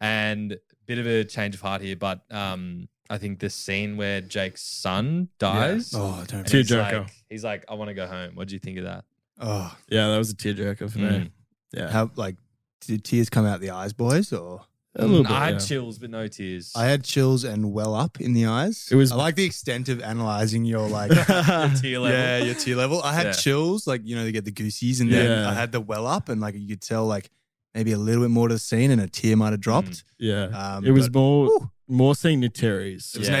Speaker 1: and bit of a change of heart here, but um, I think the scene where Jake's son dies.
Speaker 7: Yeah. Oh, I
Speaker 1: and
Speaker 7: don't.
Speaker 9: Tear
Speaker 1: he's
Speaker 9: jerker.
Speaker 1: like, he's like, I want to go home. What do you think of that? Mm.
Speaker 7: Oh,
Speaker 9: yeah, that was a tearjerker for me. Yeah.
Speaker 7: how like did tears come out the eyes, boys? Or
Speaker 9: a little bit.
Speaker 1: I had
Speaker 9: yeah.
Speaker 1: chills, but no tears.
Speaker 7: I had chills and well up in the eyes.
Speaker 9: It was-
Speaker 7: I like the extent of analyzing your like.
Speaker 1: tear level.
Speaker 7: Uh-huh. Yeah, your tear level. I had
Speaker 1: Yeah.
Speaker 7: chills, like you know, they get the goosies, and then
Speaker 9: Yeah.
Speaker 7: I had the well up, and like you could tell, like maybe a little bit more to the scene, and a tear might have dropped.
Speaker 10: Mm.
Speaker 9: yeah.
Speaker 7: Um,
Speaker 9: it was
Speaker 7: but-
Speaker 9: more
Speaker 7: Woo.
Speaker 9: more seeing the Terrys.
Speaker 1: Yeah.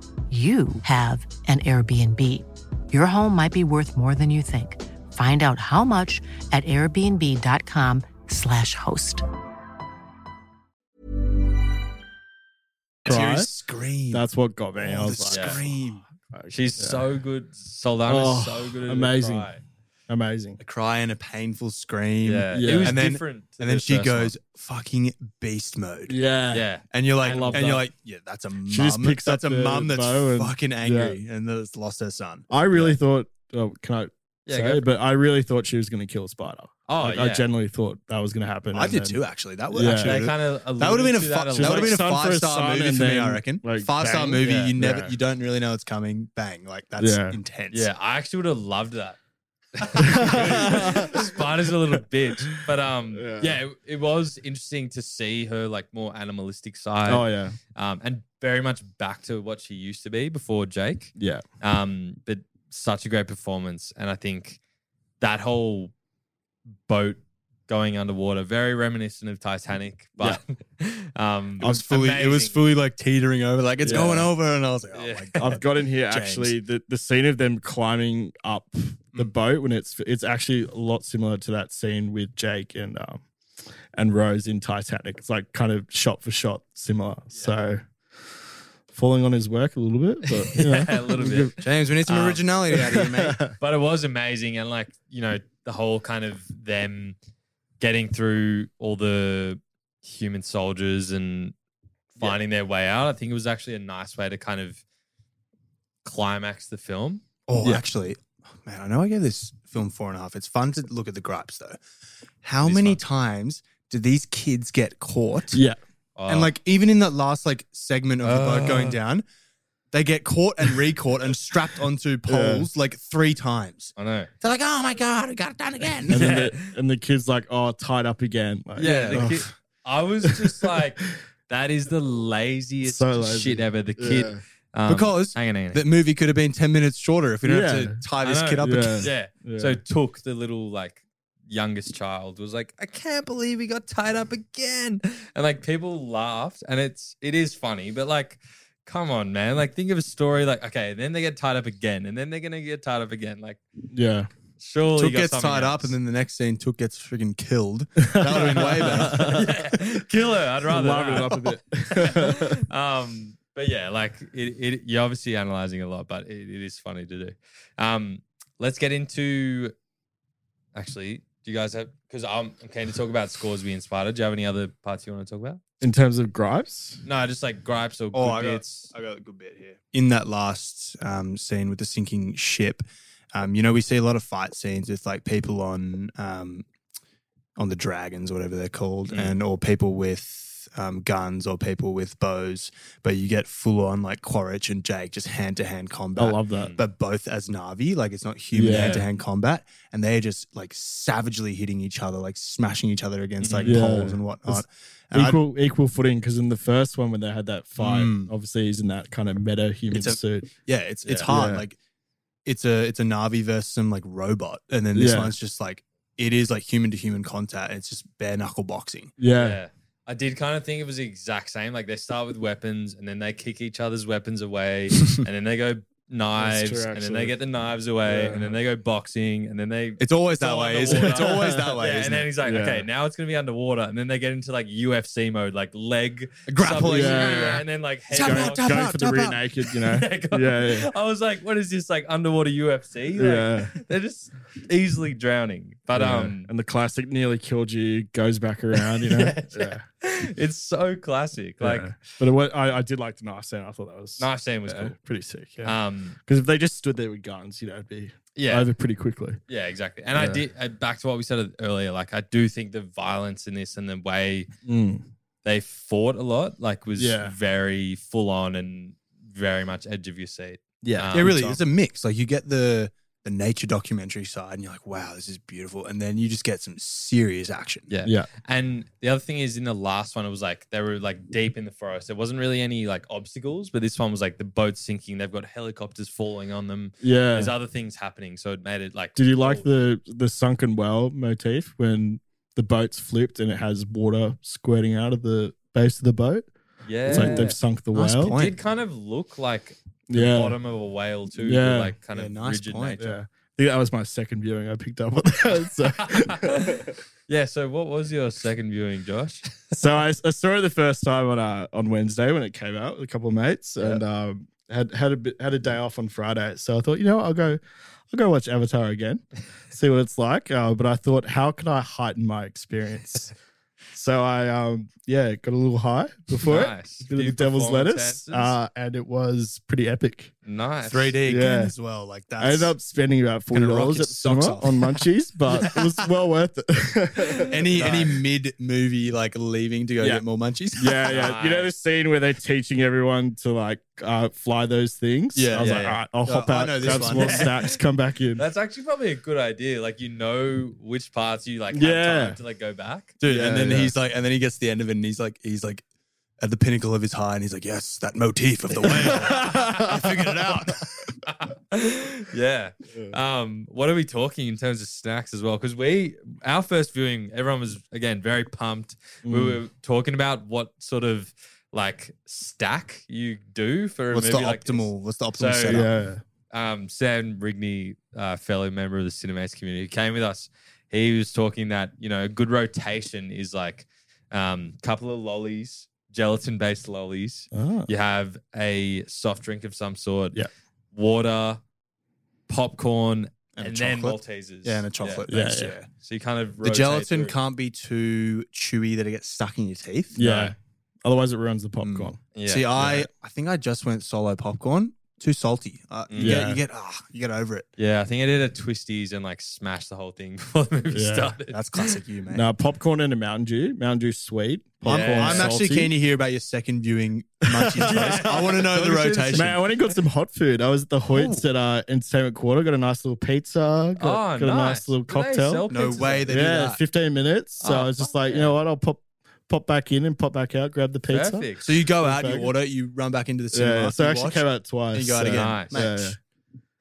Speaker 6: you have an Airbnb. Your home might be worth more than you think. Find out how much at airbnb.com/slash host.
Speaker 10: Right?
Speaker 7: scream.
Speaker 10: That's what got me. I
Speaker 7: Oh, the
Speaker 10: was like, Oh,
Speaker 7: scream.
Speaker 1: She's
Speaker 10: Yeah.
Speaker 1: so good. Soldana's
Speaker 10: Oh,
Speaker 1: so good. At the
Speaker 10: amazing.
Speaker 1: cry.
Speaker 10: Amazing.
Speaker 7: A cry and a painful scream.
Speaker 1: Yeah.
Speaker 10: Yeah.
Speaker 1: It was
Speaker 7: And then,
Speaker 1: different. to
Speaker 7: and then
Speaker 1: the
Speaker 7: she
Speaker 1: first
Speaker 7: goes fucking beast mode.
Speaker 10: Yeah.
Speaker 1: one. Yeah.
Speaker 7: And you're like,
Speaker 10: I
Speaker 7: and
Speaker 10: love that.
Speaker 7: you're like, yeah, that's a mum.
Speaker 10: She just picks up
Speaker 7: that's a
Speaker 10: the
Speaker 7: mum that's
Speaker 10: bow and-
Speaker 7: fucking angry and that's lost her son.
Speaker 10: I really thought, oh, can I
Speaker 1: Yeah, go
Speaker 10: say,
Speaker 1: for
Speaker 10: but I really thought she was going to kill Spider.
Speaker 1: Oh,
Speaker 10: Like,
Speaker 1: yeah.
Speaker 10: I generally thought that was going to happen.
Speaker 7: I
Speaker 10: and
Speaker 7: did
Speaker 10: then-
Speaker 7: too, actually. That would
Speaker 10: Yeah.
Speaker 7: actually
Speaker 1: They
Speaker 7: would've-
Speaker 1: kind of
Speaker 7: that would have been a fu-
Speaker 1: that a
Speaker 7: that
Speaker 10: She's
Speaker 7: would
Speaker 1: little
Speaker 10: like,
Speaker 7: have been a
Speaker 10: son for
Speaker 7: five
Speaker 10: his
Speaker 7: star
Speaker 10: son
Speaker 7: movie
Speaker 10: and
Speaker 7: for me. I
Speaker 10: then,
Speaker 7: reckon
Speaker 10: like,
Speaker 7: five star
Speaker 10: bang.
Speaker 7: movie.
Speaker 10: Yeah.
Speaker 7: you never
Speaker 10: Yeah.
Speaker 7: you don't really know it's coming. Bang! Like that's
Speaker 10: Yeah.
Speaker 7: intense.
Speaker 1: Yeah, I actually would have loved that. Spider's a little bitch, but um, yeah,
Speaker 10: Yeah.
Speaker 1: it, it was interesting to see her like more animalistic side,
Speaker 10: Oh yeah,
Speaker 1: um, and very much back to what she used to be before Jake.
Speaker 10: yeah,
Speaker 1: Um, but such a great performance, and I think that whole boat going underwater very reminiscent of Titanic, but um,
Speaker 7: It was fully it was
Speaker 1: amazing.
Speaker 7: fully like teetering over. Like it's
Speaker 10: Yeah.
Speaker 7: going over, and I was like, oh
Speaker 1: Yeah.
Speaker 7: my god.
Speaker 10: I've got in here
Speaker 7: James. Mm.
Speaker 10: actually the, the scene of them climbing up the boat when it's it's actually a lot similar to that scene with Jake and um and Rose in Titanic. It's like kind of shot for shot similar. So falling on his work a little bit, but you know.
Speaker 1: yeah, a little bit.
Speaker 7: James, we need some
Speaker 1: Um,
Speaker 7: originality out of you, mate.
Speaker 1: but it was amazing and like you know the whole kind of them getting through all the human soldiers and finding their way out i think it was actually a nice way to kind of climax the film
Speaker 7: Oh,
Speaker 10: Yeah.
Speaker 7: actually, man, I know I gave this film four and a half. It's fun to look at the gripes though. How
Speaker 1: It is
Speaker 7: many
Speaker 1: fun.
Speaker 7: times do these kids get caught?
Speaker 10: yeah,
Speaker 1: Oh,
Speaker 7: And like even in that last like segment of the
Speaker 1: Uh.
Speaker 7: boat going down, they get caught and re-caught and strapped onto poles like three times.
Speaker 1: i know
Speaker 7: They're like, oh my god, we got it done again.
Speaker 10: and then the, and the kid's like, oh, tied up again. Like,
Speaker 1: yeah the
Speaker 10: oh,
Speaker 1: kid, i was just like that is the laziest
Speaker 10: So lazy.
Speaker 1: shit ever the kid
Speaker 10: yeah.
Speaker 1: um,
Speaker 7: Because
Speaker 1: hang on, hang on.
Speaker 7: that movie could have been ten minutes shorter if we don't have
Speaker 10: Yeah.
Speaker 7: to tie
Speaker 1: I
Speaker 7: this
Speaker 1: know.
Speaker 7: kid up
Speaker 10: Yeah.
Speaker 7: again.
Speaker 1: yeah.
Speaker 10: Yeah.
Speaker 1: so took the little like youngest child was like i can't believe he got tied up again and like people laughed and it's it is funny but like come on man like think of a story like okay then they get tied up again and then they're gonna get tied up again like
Speaker 10: yeah.
Speaker 1: surely
Speaker 7: Took
Speaker 1: Oh, you got
Speaker 7: gets
Speaker 1: something
Speaker 7: tied up,
Speaker 1: else.
Speaker 7: and then the next scene, Took gets friggin' killed. That would have been way better.
Speaker 1: Yeah. kill her i'd rather
Speaker 10: Liven it
Speaker 1: that.
Speaker 10: up a bit.
Speaker 1: um, but yeah, like it, it, you're obviously analyzing a lot, but it, it is funny to do. Um, let's get into actually. Do you guys have because I'm I'm keen to talk about scores being Spider. Do you have any other parts you want to talk about?
Speaker 10: In terms of gripes,
Speaker 1: No, just like gripes or
Speaker 7: Oh,
Speaker 1: good
Speaker 7: I got-
Speaker 1: bits.
Speaker 7: I got a good bit here. In that last um, scene with the sinking ship, um, you know, we see a lot of fight scenes with like people on um, on the dragons, whatever they're called,
Speaker 1: Mm.
Speaker 7: and or people with um, guns or people with bows. But you get full on like Quaritch and Jake just hand to hand combat.
Speaker 10: I love
Speaker 1: Mm.
Speaker 10: that.
Speaker 7: Uh, but both as Navi, like it's not human
Speaker 10: Hmm. Yeah.
Speaker 7: hand to hand combat, and they're just like savagely hitting each other, like smashing each other against like
Speaker 10: Mhm. Yeah.
Speaker 7: poles and whatnot.
Speaker 10: It's
Speaker 7: And I-
Speaker 10: equal equal footing because in the first one when they had that fight,
Speaker 7: Mm.
Speaker 10: obviously he's in that kind of meta human
Speaker 7: It's a-
Speaker 10: suit.
Speaker 7: Yeah, it's it's
Speaker 1: Yeah.
Speaker 7: hard.
Speaker 10: Yeah.
Speaker 7: Like it's a it's a Navi versus some like robot, and then this
Speaker 10: Yeah.
Speaker 7: one's just like it is like human to human contact. It's just bare knuckle boxing.
Speaker 10: Yeah,
Speaker 1: I did kind of think it was the exact same. Like they start with weapons and then they kick each other's weapons away, and then they go knives,
Speaker 10: true,
Speaker 1: and then
Speaker 10: actually.
Speaker 1: they get the knives away,
Speaker 10: Yeah.
Speaker 1: and then they go boxing, and then they
Speaker 7: It's always that
Speaker 1: all
Speaker 7: way, isn't
Speaker 1: underwater.
Speaker 7: it? It's always that way.
Speaker 1: Yeah,
Speaker 7: isn't
Speaker 1: and then
Speaker 7: it?
Speaker 1: he's like,
Speaker 10: Yeah.
Speaker 1: okay, now it's gonna be underwater, and then they get into like UFC mode, like leg
Speaker 7: grappling.
Speaker 1: submission,
Speaker 10: Yeah.
Speaker 1: and then like head
Speaker 7: Tap
Speaker 1: lock.
Speaker 7: out, tap
Speaker 10: going
Speaker 7: up,
Speaker 10: for the
Speaker 7: tap
Speaker 10: rear
Speaker 7: up.
Speaker 10: naked, you know.
Speaker 1: Yeah, go-
Speaker 10: yeah, yeah.
Speaker 1: I was like, what is this like underwater UFC? Like,
Speaker 10: Yeah.
Speaker 1: they're just easily drowning. But
Speaker 10: Yeah.
Speaker 1: um,
Speaker 10: and the classic nearly killed you goes back around, you know.
Speaker 1: yeah,
Speaker 10: Yeah.
Speaker 1: it's so classic. Like
Speaker 10: Yeah. but it, wa- I, I did like the knife sound. I thought that was
Speaker 1: knife scene was
Speaker 10: yeah,
Speaker 1: cool.
Speaker 10: pretty sick. Yeah,
Speaker 1: Um,
Speaker 10: because if they just stood there with guns, you know, it'd be
Speaker 1: yeah,
Speaker 10: over pretty quickly.
Speaker 1: yeah, exactly. And I
Speaker 10: Yeah.
Speaker 1: did uh, back to what we said earlier. Like I do think the violence in this and the way
Speaker 7: Mm.
Speaker 1: they fought a lot, like was
Speaker 10: Yeah.
Speaker 1: very full on and very much edge of your seat. Um,
Speaker 8: Yeah, it really it's a mix. Like you get the the nature documentary side, and you're like, wow, this is beautiful, and then you just get some serious action.
Speaker 1: Yeah.
Speaker 7: Yeah.
Speaker 1: And the other thing is in the last one, it was like they were like deep in the forest. There wasn't really any like obstacles, but this one was like the boat sinking. They've got helicopters falling on them.
Speaker 7: Yeah.
Speaker 1: There's other things happening. So it made it like.
Speaker 7: Did you like
Speaker 1: cool.
Speaker 7: the the sunken well motif when the boat's flipped and it has water squirting out of the base of the boat?
Speaker 1: Yeah.
Speaker 7: It's like they've sunk the
Speaker 8: Nice
Speaker 7: whale.
Speaker 8: point.
Speaker 1: It did kind of look like the
Speaker 7: Yeah.
Speaker 1: bottom of a whale too. with,
Speaker 7: Yeah.
Speaker 1: Like kind
Speaker 8: Yeah,
Speaker 1: of
Speaker 8: nice
Speaker 1: rigid
Speaker 8: point.
Speaker 7: Yeah. I think that was my second viewing. I picked up on that. So,
Speaker 1: Yeah. So what was your second viewing, Josh?
Speaker 7: so I, I saw it the first time on uh, on Wednesday when it came out with a couple of mates, and um, had had a bit, had a day off on Friday. So I thought, you know, what, I'll go, I'll go watch Avatar again, see what it's like. Uh, but I thought, how can I heighten my experience? so I, um, yeah, got a little high before
Speaker 1: Nice.
Speaker 7: it. Bit of the
Speaker 1: Few
Speaker 7: devil's
Speaker 1: performance
Speaker 7: lettuce,
Speaker 1: answers.
Speaker 7: uh, and it was pretty epic.
Speaker 1: Nice.
Speaker 8: 3D
Speaker 7: Yeah.
Speaker 8: again as well. Like that.
Speaker 7: I ended up spending about forty
Speaker 8: Gonna rock
Speaker 7: dollars
Speaker 8: your
Speaker 7: at the
Speaker 8: socks
Speaker 7: cinema
Speaker 8: off.
Speaker 7: on munchies, but it was well worth it.
Speaker 8: any any mid movie like leaving to go
Speaker 7: Yeah.
Speaker 8: get more munchies.
Speaker 7: Yeah, yeah. You know the scene where they're teaching everyone to like uh, fly those things?
Speaker 8: Yeah,
Speaker 7: I was
Speaker 8: yeah,
Speaker 7: like,
Speaker 8: yeah.
Speaker 7: all right, I'll
Speaker 8: Oh,
Speaker 7: hop
Speaker 8: I
Speaker 7: out,
Speaker 8: know this
Speaker 7: grab some
Speaker 8: one.
Speaker 7: more snacks, come back in.
Speaker 1: That's actually probably a good idea. Like you know which parts you like have
Speaker 7: Yeah.
Speaker 1: time to like go back.
Speaker 8: dude.
Speaker 7: Yeah,
Speaker 8: and then
Speaker 7: yeah.
Speaker 8: he's like, and then he gets to the end of it, and he's like, he's like at the pinnacle of his high, and he's like, yes, that motif of the whale. I figured it out.
Speaker 1: yeah. Um, what are we talking in terms of snacks as well? Because we, our first viewing, everyone was again very pumped.
Speaker 7: Mm.
Speaker 8: Mm.
Speaker 1: We were talking about what sort of like stack you do for a
Speaker 8: What's the
Speaker 1: movie like this.
Speaker 8: optimal? what's the optimal
Speaker 1: So-
Speaker 8: setup?
Speaker 7: yeah.
Speaker 1: um, Sam Rigney, uh, fellow member of the Cinemates community, who came with us. He was talking that you know a good rotation is like a um, couple of lollies, gelatin based lollies.
Speaker 7: Ah.
Speaker 1: You have a soft drink of some sort,
Speaker 7: Yeah.
Speaker 1: water, popcorn, and,
Speaker 8: And a
Speaker 1: then
Speaker 8: chocolate.
Speaker 1: Maltesers.
Speaker 8: Yeah, and a chocolate.
Speaker 7: Yeah,
Speaker 8: base,
Speaker 7: yeah.
Speaker 8: yeah.
Speaker 1: So you kind of
Speaker 8: The
Speaker 1: rotate
Speaker 8: gelatin
Speaker 1: through.
Speaker 8: can't be too chewy that it gets stuck in your teeth. Mm.
Speaker 7: Yeah. Otherwise it ruins the popcorn.
Speaker 1: Yeah,
Speaker 8: See, I
Speaker 1: yeah.
Speaker 8: I think I just went solo popcorn. Too salty. Uh, you
Speaker 7: Yeah.
Speaker 8: get you get ah, you get over it.
Speaker 1: yeah, I think I did a twisties and like smashed the whole thing before the movie
Speaker 7: Yeah.
Speaker 1: started.
Speaker 8: That's classic you, mate.
Speaker 7: No, popcorn and a Mountain Dew. Mountain Dew sweet.
Speaker 8: I'm,
Speaker 7: Popcorn
Speaker 8: I'm actually
Speaker 7: salty.
Speaker 8: keen to hear about your second viewing munchies. first. I want to know the
Speaker 1: Don't you see the
Speaker 8: rotation.
Speaker 7: Mate, I went and got some hot food. I was at the Hoyts at uh, Entertainment Quarter, got a nice little pizza, got,
Speaker 1: oh,
Speaker 7: got a nice little
Speaker 1: Do they sell
Speaker 7: cocktail.
Speaker 8: No
Speaker 1: pizzas
Speaker 8: way
Speaker 1: there?
Speaker 8: they do
Speaker 7: Yeah,
Speaker 8: that.
Speaker 7: 15 minutes. So
Speaker 1: Oh,
Speaker 7: I was just
Speaker 1: fuck
Speaker 7: like, you
Speaker 1: yeah.
Speaker 7: know what, I'll pop pop back in and pop back out, grab the pizza.
Speaker 1: Perfect.
Speaker 8: So you go out, you
Speaker 7: Burger.
Speaker 8: order, you run back into the cinema.
Speaker 7: Yeah, so I
Speaker 8: you
Speaker 7: actually
Speaker 8: watch,
Speaker 7: came out twice.
Speaker 8: and you go out
Speaker 7: so-
Speaker 8: again.
Speaker 1: Nice.
Speaker 8: Mate.
Speaker 7: Yeah, yeah.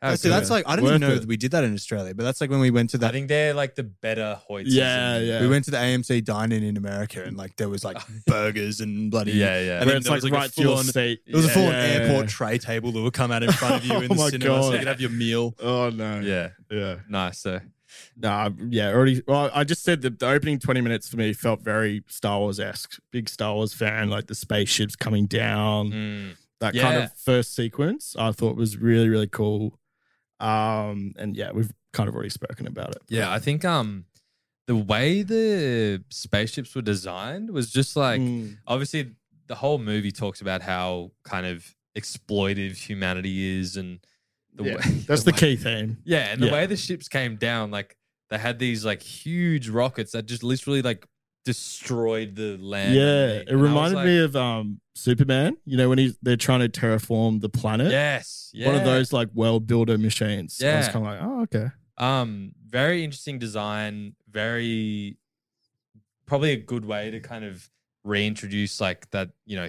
Speaker 1: How
Speaker 8: See,
Speaker 1: good.
Speaker 8: that's like I didn't
Speaker 7: Worth
Speaker 8: even know
Speaker 7: it.
Speaker 8: that we did that in Australia, but that's like when we went to
Speaker 1: I
Speaker 8: that.
Speaker 1: think they're like the better Hoyts.
Speaker 7: Yeah, yeah.
Speaker 8: We went to the AMC dining in America, and like there was like burgers and bloody
Speaker 1: Yeah, yeah.
Speaker 8: And
Speaker 7: Where
Speaker 8: then
Speaker 7: it's
Speaker 8: there
Speaker 7: like,
Speaker 8: was like
Speaker 7: right
Speaker 8: a
Speaker 7: to your
Speaker 8: full on.
Speaker 7: seat.
Speaker 8: It was a
Speaker 1: Yeah,
Speaker 8: full on
Speaker 7: yeah,
Speaker 8: airport
Speaker 7: yeah.
Speaker 8: tray table that would come out in front of you in
Speaker 7: Oh
Speaker 8: the
Speaker 7: my
Speaker 8: cinema, so
Speaker 7: God.
Speaker 8: you could have your meal.
Speaker 7: Oh no.
Speaker 1: Yeah,
Speaker 7: Yeah.
Speaker 1: nice. So
Speaker 7: Nah, yeah, already. Well, I just said that the opening 20 minutes for me felt very Star Wars esque. Big Star Wars fan, like the spaceships coming down,
Speaker 1: mm,
Speaker 7: that kind
Speaker 1: yeah.
Speaker 7: of first sequence I thought was really, really cool. Um, and yeah, we've kind of already spoken about it.
Speaker 1: yeah, I think um the way the spaceships were designed was just like
Speaker 7: Mm.
Speaker 1: obviously the whole movie talks about how kind of exploitive humanity is and the
Speaker 7: Yeah,
Speaker 1: way
Speaker 7: that's the
Speaker 1: way-
Speaker 7: key theme.
Speaker 1: Yeah, and the
Speaker 7: Yeah.
Speaker 1: way the ships came down, like they had these like huge rockets that just literally like destroyed the land.
Speaker 7: Yeah,
Speaker 1: underneath.
Speaker 7: it
Speaker 1: And I was
Speaker 7: reminded
Speaker 1: like,
Speaker 7: me of um Superman, you know, when he's they're trying to terraform the planet.
Speaker 1: yes, yeah.
Speaker 7: One of those like world builder machines. I was
Speaker 1: Yeah.
Speaker 7: kind of like, oh, okay.
Speaker 1: Um, very interesting design. Very probably a good way to kind of reintroduce like that. You know,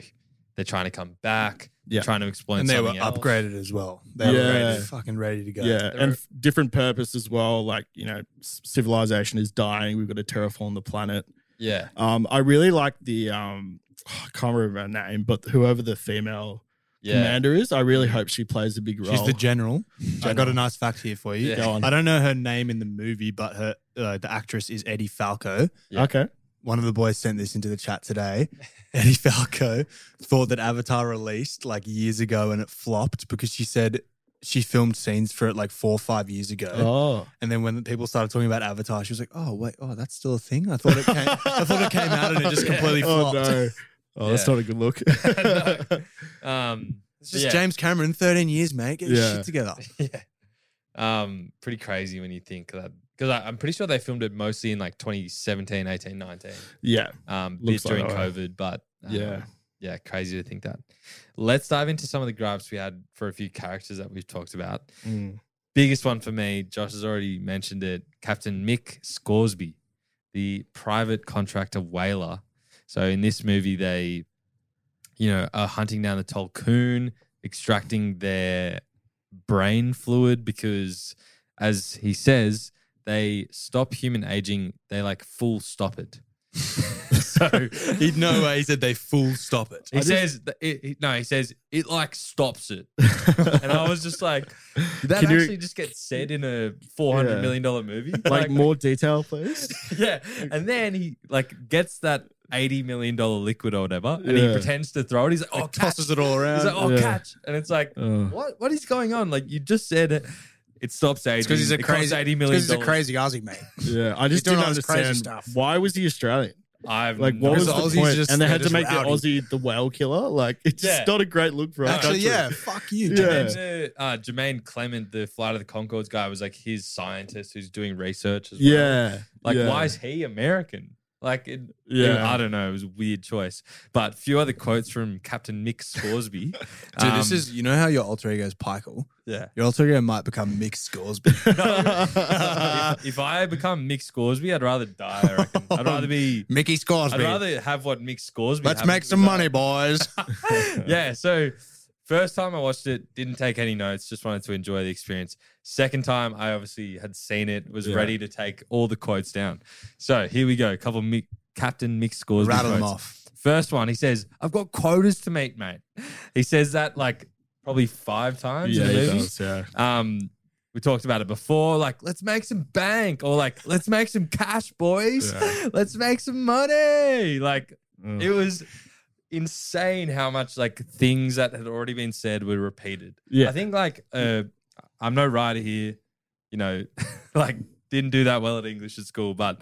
Speaker 1: they're trying to come back.
Speaker 7: Yeah.
Speaker 1: trying to explain.
Speaker 8: And they were
Speaker 1: something else.
Speaker 8: upgraded as well. They
Speaker 7: Yeah.
Speaker 8: were ready, fucking ready to go.
Speaker 7: Yeah,
Speaker 1: There
Speaker 7: and
Speaker 1: are-
Speaker 7: f- different purpose as well. Like you know, s- civilization is dying. We've got to terraform the planet.
Speaker 1: Yeah,
Speaker 7: Um, I really like the um, I can't remember her name, but whoever the female
Speaker 1: yeah.
Speaker 7: commander is, I really hope she plays a big role.
Speaker 8: She's the general. I got a nice fact here for you.
Speaker 1: Yeah.
Speaker 7: Go on.
Speaker 8: I don't know her name in the movie, but her uh, the actress is Eddie Falco.
Speaker 1: Yeah.
Speaker 7: Okay.
Speaker 8: One of the boys sent this into the chat today. Eddie Falco thought that Avatar released like years ago and it flopped because she said she filmed scenes for it like four or five years ago.
Speaker 7: Oh,
Speaker 8: And then when people started talking about Avatar, she was like, "Oh wait, oh that's still a thing." I thought it came, I thought it came out and it just completely
Speaker 7: oh
Speaker 8: flopped.
Speaker 7: no. Oh, that's
Speaker 1: Yeah.
Speaker 7: not a good look.
Speaker 1: Um,
Speaker 8: It's just
Speaker 1: yeah.
Speaker 8: James Cameron, thirteen years, mate. Get your
Speaker 7: Yeah.
Speaker 8: shit together.
Speaker 1: yeah. Um, pretty crazy when you think that because I'm pretty sure they filmed it mostly in like 2017, 18, 19.
Speaker 7: yeah,
Speaker 1: Um, bit
Speaker 7: Looks like
Speaker 1: during
Speaker 7: that way.
Speaker 1: COVID, but um,
Speaker 7: yeah.
Speaker 1: Yeah, crazy to think that. Let's dive into some of the gripes we had for a few characters that we've talked about.
Speaker 7: Mm.
Speaker 1: Biggest one for me, Josh has already mentioned it Captain Mick Scoresby, the private contractor whaler. So in this movie, they, you know, are hunting down the Tolkien, extracting their brain fluid because, as he says, they stop human aging. They like full stop it. so
Speaker 8: he no way he said they full stop it.
Speaker 1: He
Speaker 8: I just-
Speaker 1: says th- it, it- no. He says it like stops it, and I was just like, did that
Speaker 7: Can you-
Speaker 1: actually just get said in a four hundred
Speaker 7: Yeah.
Speaker 1: million dollar movie?
Speaker 7: Like more detail, please.
Speaker 1: yeah. And then he like gets that eighty million dollar liquid or whatever, and he
Speaker 7: Yeah.
Speaker 1: pretends to throw it. He's like, oh, catch.
Speaker 8: tosses it all around.
Speaker 1: He's like, oh,
Speaker 7: Yeah.
Speaker 1: catch, and it's like,
Speaker 7: Oh.
Speaker 1: what? What is going on? Like you just said it. It stops aging.
Speaker 11: It's because he's a
Speaker 1: It costs
Speaker 11: crazy.
Speaker 1: eighty
Speaker 11: It's
Speaker 1: million.
Speaker 11: 'cause he's a crazy Aussie mate.
Speaker 7: Yeah, I just
Speaker 11: doing
Speaker 7: didn't
Speaker 11: all this crazy
Speaker 7: understand
Speaker 11: stuff.
Speaker 7: why was he Australian?
Speaker 1: I've
Speaker 7: Like, what was
Speaker 11: Because
Speaker 7: the
Speaker 11: Aussies
Speaker 7: point?
Speaker 11: just-
Speaker 7: and they
Speaker 11: they're
Speaker 7: had to
Speaker 11: just
Speaker 7: make
Speaker 11: rowdy.
Speaker 7: the Aussie the whale killer. Like, it's
Speaker 1: Yeah.
Speaker 7: not a great look for our
Speaker 11: Actually,
Speaker 7: country.
Speaker 11: yeah. Fuck you.
Speaker 7: Yeah.
Speaker 11: James.
Speaker 1: And then, uh, Jermaine Clement, the Flight of the Concords guy, was like his scientist who's doing research as well.
Speaker 7: Yeah.
Speaker 1: Like,
Speaker 7: yeah.
Speaker 1: why is he American? Like, it,
Speaker 7: Yeah.
Speaker 1: it- I don't know. It was a weird choice. But a few other quotes from Captain Mick Scoresby.
Speaker 8: Dude, this
Speaker 1: Um,
Speaker 8: is you know how your alter ego is Pykel.
Speaker 1: yeah.
Speaker 8: Your alter ego might become Mick Scoresby.
Speaker 1: if, if I become Mick Scoresby, I'd rather die. I reckon. I'd rather be.
Speaker 11: Mickey scores
Speaker 1: I'd rather have what Mick Scoresby.
Speaker 11: Let's
Speaker 1: had,
Speaker 11: make some
Speaker 1: because
Speaker 11: money, boys.
Speaker 1: I- yeah. So, first time I watched it, didn't take any notes. Just wanted to enjoy the experience. Second time, I obviously had seen it, was
Speaker 7: Yeah.
Speaker 1: ready to take all the quotes down. So here we go. A couple Mick, Captain Mick Scoresby
Speaker 11: Rattle them
Speaker 1: quotes.
Speaker 11: off.
Speaker 1: First one, he says, I've got quotas to meet, mate. He says that like probably five times
Speaker 7: Yeah,
Speaker 1: in the
Speaker 7: he
Speaker 1: movie.
Speaker 7: does, yeah.
Speaker 1: Um, we talked about it before, like, let's make some bank or like, let's make some cash, boys.
Speaker 7: Yeah. Mm.
Speaker 1: Let's make some money. Like,
Speaker 7: Ugh.
Speaker 1: it was insane how much like things that had already been said were repeated.
Speaker 7: Yeah.
Speaker 1: I think like uh I'm no writer here, you know, like didn't do that well at English at school, but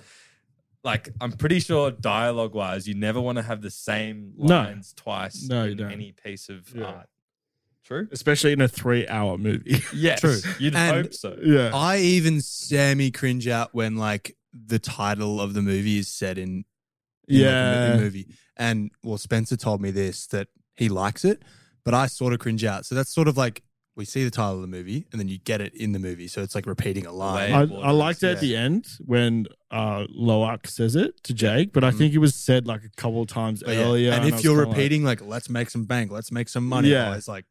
Speaker 1: like I'm pretty sure dialogue wise, you never want to have the same
Speaker 7: No.
Speaker 1: lines twice
Speaker 7: No, you
Speaker 1: in
Speaker 7: don't.
Speaker 1: any piece of
Speaker 7: Yeah.
Speaker 1: art. True?
Speaker 7: Especially in a three hour movie.
Speaker 1: Yes.
Speaker 8: True.
Speaker 1: You'd
Speaker 8: And-
Speaker 1: hope so.
Speaker 7: yeah.
Speaker 8: I even semi cringe out when like the title of the movie is said in, in, like, a mo-
Speaker 7: Yeah.
Speaker 8: movie. And well, Spencer told me this that he likes it, but I sort of cringe out. So that's sort of like we see the title of the movie and then you get it in the movie. So it's like repeating a line.
Speaker 7: I,
Speaker 1: Borders,
Speaker 7: I liked it at the end when uh, Loak says it to Jake, but I think it was said like a couple of times
Speaker 8: Mm. But yeah,
Speaker 7: earlier.
Speaker 8: and
Speaker 7: I
Speaker 8: if
Speaker 7: was
Speaker 8: you're
Speaker 7: kinda like-
Speaker 8: repeating like, let's make some bank, let's make some money,
Speaker 7: Yeah.
Speaker 8: yeah. it's like,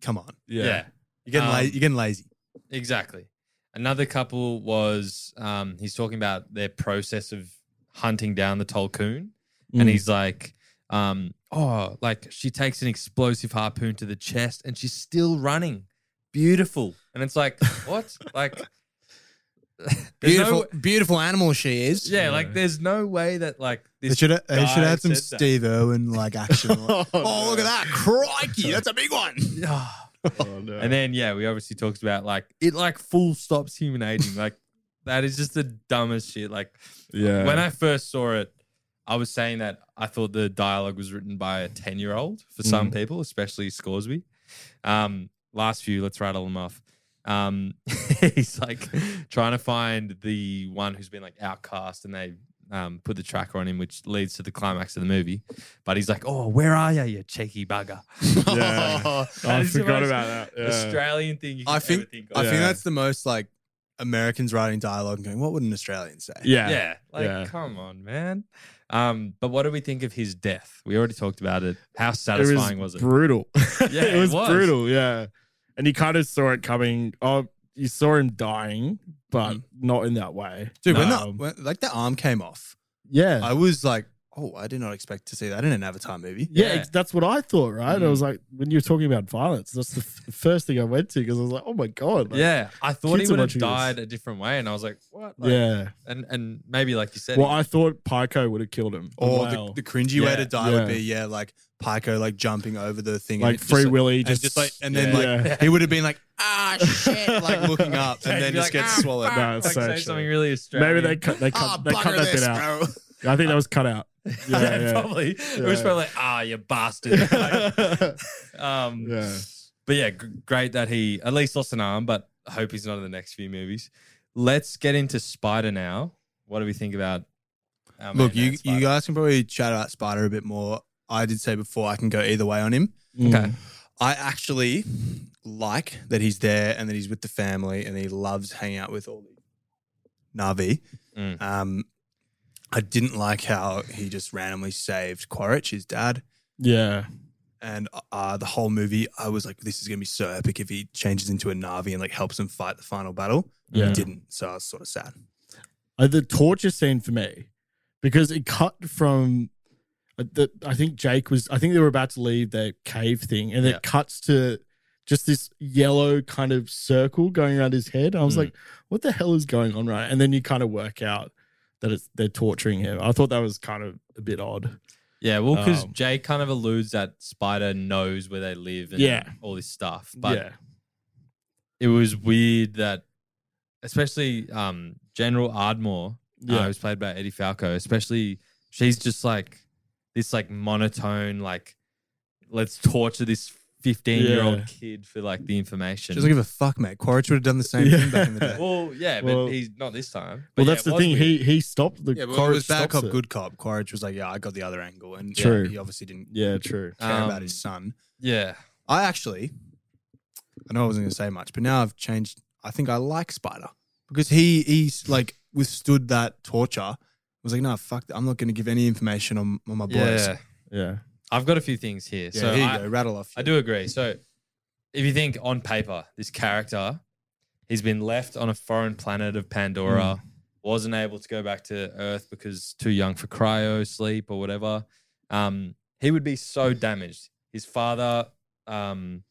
Speaker 8: come on.
Speaker 7: yeah.
Speaker 8: You're getting, la-
Speaker 1: Um,
Speaker 8: you're getting lazy.
Speaker 1: Exactly. Another couple was um, he's talking about their process of hunting down the Tolkien, and
Speaker 7: Mm.
Speaker 1: he's like, um, "Oh, like she takes an explosive harpoon to the chest, and she's still running, beautiful." And it's like, what? like, there's no
Speaker 11: Beautiful,
Speaker 1: w-
Speaker 11: beautiful animal she is.
Speaker 1: yeah, like there's no way that like
Speaker 8: They
Speaker 1: this
Speaker 8: should have
Speaker 1: guy
Speaker 8: had some
Speaker 1: said that.
Speaker 8: Steve Irwin like action.
Speaker 7: Oh,
Speaker 11: Oh, look at that. Crikey. That's a big one.
Speaker 7: Oh, no.
Speaker 1: Ah. And then yeah, we obviously talked about like it like full stops human aging. like that is just the dumbest shit. Like
Speaker 7: yeah.
Speaker 1: When I first saw it, I was saying that I thought the dialogue was written by a 10 year old for some
Speaker 7: Mm.
Speaker 1: people, especially Scoresby. Um, last few, let's rattle them off. Um, he's like trying to find the one who's been like outcast and they um, put the tracker on him, which leads to the climax of the movie. But he's like, Oh, where are you, you cheeky bugger?
Speaker 7: Yeah. Oh,
Speaker 1: That
Speaker 7: I
Speaker 1: is the
Speaker 7: forgot
Speaker 1: most
Speaker 7: about that. Yeah.
Speaker 1: Australian thing you can
Speaker 8: I think
Speaker 1: ever think
Speaker 8: I
Speaker 1: of.
Speaker 8: think
Speaker 7: Yeah.
Speaker 8: that's the most like Americans writing dialogue and going, what would an Australian say?
Speaker 7: Yeah.
Speaker 1: Yeah. Like,
Speaker 7: Yeah.
Speaker 1: come on, man. Um, but what do we think of his death? We already talked about it. How
Speaker 7: It was
Speaker 1: satisfying was, it?
Speaker 7: Brutal.
Speaker 1: Yeah,
Speaker 7: it,
Speaker 1: it
Speaker 7: was
Speaker 1: was.
Speaker 7: brutal. Yeah. And you kind of saw it coming. Oh, you saw him dying, but not in that way.
Speaker 8: Mm. Dude, when,
Speaker 7: Um,
Speaker 8: the, when like the arm came off,
Speaker 7: yeah.
Speaker 8: I was like, oh, I did not expect to see that in an Avatar movie. Mm.
Speaker 7: yeah,
Speaker 1: Yeah.
Speaker 7: ex- that's what I thought, right? I was like, when you were talking about violence, that's the f- first thing I went to because I was like, oh my God. like,
Speaker 1: yeah, I thought he
Speaker 7: Kids are
Speaker 1: would have
Speaker 7: watching
Speaker 1: died a different way, and I was like, "What?" Like,
Speaker 7: Yeah.
Speaker 1: and and maybe like you said,
Speaker 7: Well, I thought Pyco would have killed him.
Speaker 8: Or
Speaker 7: Wow.
Speaker 8: the, the cringy way
Speaker 1: Yeah.
Speaker 8: to die would
Speaker 7: Yeah.
Speaker 8: be, yeah, like Pico like jumping over the thing.
Speaker 7: like
Speaker 8: and it
Speaker 7: Free
Speaker 8: just,
Speaker 7: Willy,
Speaker 8: and
Speaker 7: just,
Speaker 8: just like, and then
Speaker 7: Yeah.
Speaker 8: like, he would have been like, ah, shit, like looking up and then just gets swallowed.
Speaker 7: fuck." No, it's
Speaker 1: like,
Speaker 7: so
Speaker 1: say
Speaker 7: true.
Speaker 1: something really Australian.
Speaker 7: maybe they cut they cut,
Speaker 11: Ah,
Speaker 7: they cut
Speaker 11: bugger
Speaker 7: that bit
Speaker 11: this,
Speaker 7: out.
Speaker 11: bro.
Speaker 7: I think that was cut out. Yeah, yeah.
Speaker 1: probably it was
Speaker 7: Yeah.
Speaker 1: probably like, "Ah, you bastard." um,
Speaker 7: Yeah.
Speaker 1: But yeah, g- great that he at least lost an arm, but I hope he's not in the next few movies. Let's get into Spider now. What do we think about? our man,
Speaker 8: Look,
Speaker 1: that
Speaker 8: you,
Speaker 1: Spider?
Speaker 8: you guys can probably chat about Spider a bit more. I did say before I can go either way on him.
Speaker 7: Mm.
Speaker 1: Okay.
Speaker 8: I actually like that he's there and that he's with the family and he loves hanging out with all the Navi.
Speaker 1: Mm.
Speaker 8: Um, I didn't like how he just randomly saved Quaritch, his dad.
Speaker 7: Yeah.
Speaker 8: And uh, the whole movie, I was like, this is going to be so epic if he changes into a Navi and like helps him fight the final battle.
Speaker 7: Yeah.
Speaker 8: He didn't. So I was sort of sad.
Speaker 7: Uh, the torture scene for me, because it cut from. uh, The, I think Jake was. I think they were about to leave their cave thing, and
Speaker 8: Yeah.
Speaker 7: it cuts to just this yellow kind of circle going around his head. I was
Speaker 8: Hmm.
Speaker 1: Mm.
Speaker 7: like, "What the hell is going on?" Right, and then you kind of work out that it's they're torturing him. I thought that was kind of a bit odd.
Speaker 1: Yeah, well, because
Speaker 7: Um,
Speaker 1: Jay kind of alludes that Spider knows where they live and
Speaker 7: Yeah.
Speaker 1: all this stuff, but
Speaker 7: yeah,
Speaker 1: it was weird that, especially um, General Ardmore, yeah.
Speaker 7: Yeah.
Speaker 1: who's played by Eddie Falco, especially she's just like this like monotone like let's torture this fifteen year
Speaker 7: Yeah.
Speaker 1: old kid for like the information.
Speaker 8: She doesn't give a fuck, mate. Quaritch would have done the same thing back in the day.
Speaker 1: well, yeah, but
Speaker 7: Well-
Speaker 1: he's not this time.
Speaker 7: well,
Speaker 1: But yeah,
Speaker 7: that's
Speaker 1: it
Speaker 7: the
Speaker 1: was
Speaker 7: thing.
Speaker 1: weird.
Speaker 7: He he stopped the.
Speaker 8: Yeah, but it
Speaker 7: Quaritch
Speaker 8: was bad
Speaker 7: stops
Speaker 8: cop,
Speaker 7: it.
Speaker 8: good cop. Quaritch was like, yeah, I got the other angle. And
Speaker 7: True.
Speaker 8: yeah, he obviously didn't
Speaker 7: Yeah, true.
Speaker 8: care
Speaker 1: Um,
Speaker 8: about his son.
Speaker 1: yeah.
Speaker 8: I actually, I know I wasn't going to say much, but now I've changed. I think I like Spider because he he's like withstood that torture. I was like, no, fuck, that. I'm not going to give any information on, on my boys.
Speaker 1: Yeah.
Speaker 7: Yeah,
Speaker 1: I've got a few things here.
Speaker 8: Yeah,
Speaker 1: so
Speaker 8: here you
Speaker 1: I,
Speaker 8: go, rattle off.
Speaker 1: I do agree. So, if you think on paper, this character, he's been left on a foreign planet of Pandora, wasn't able to go back to Earth because too young for cryo sleep or whatever. Um, he would be so damaged. His father, um,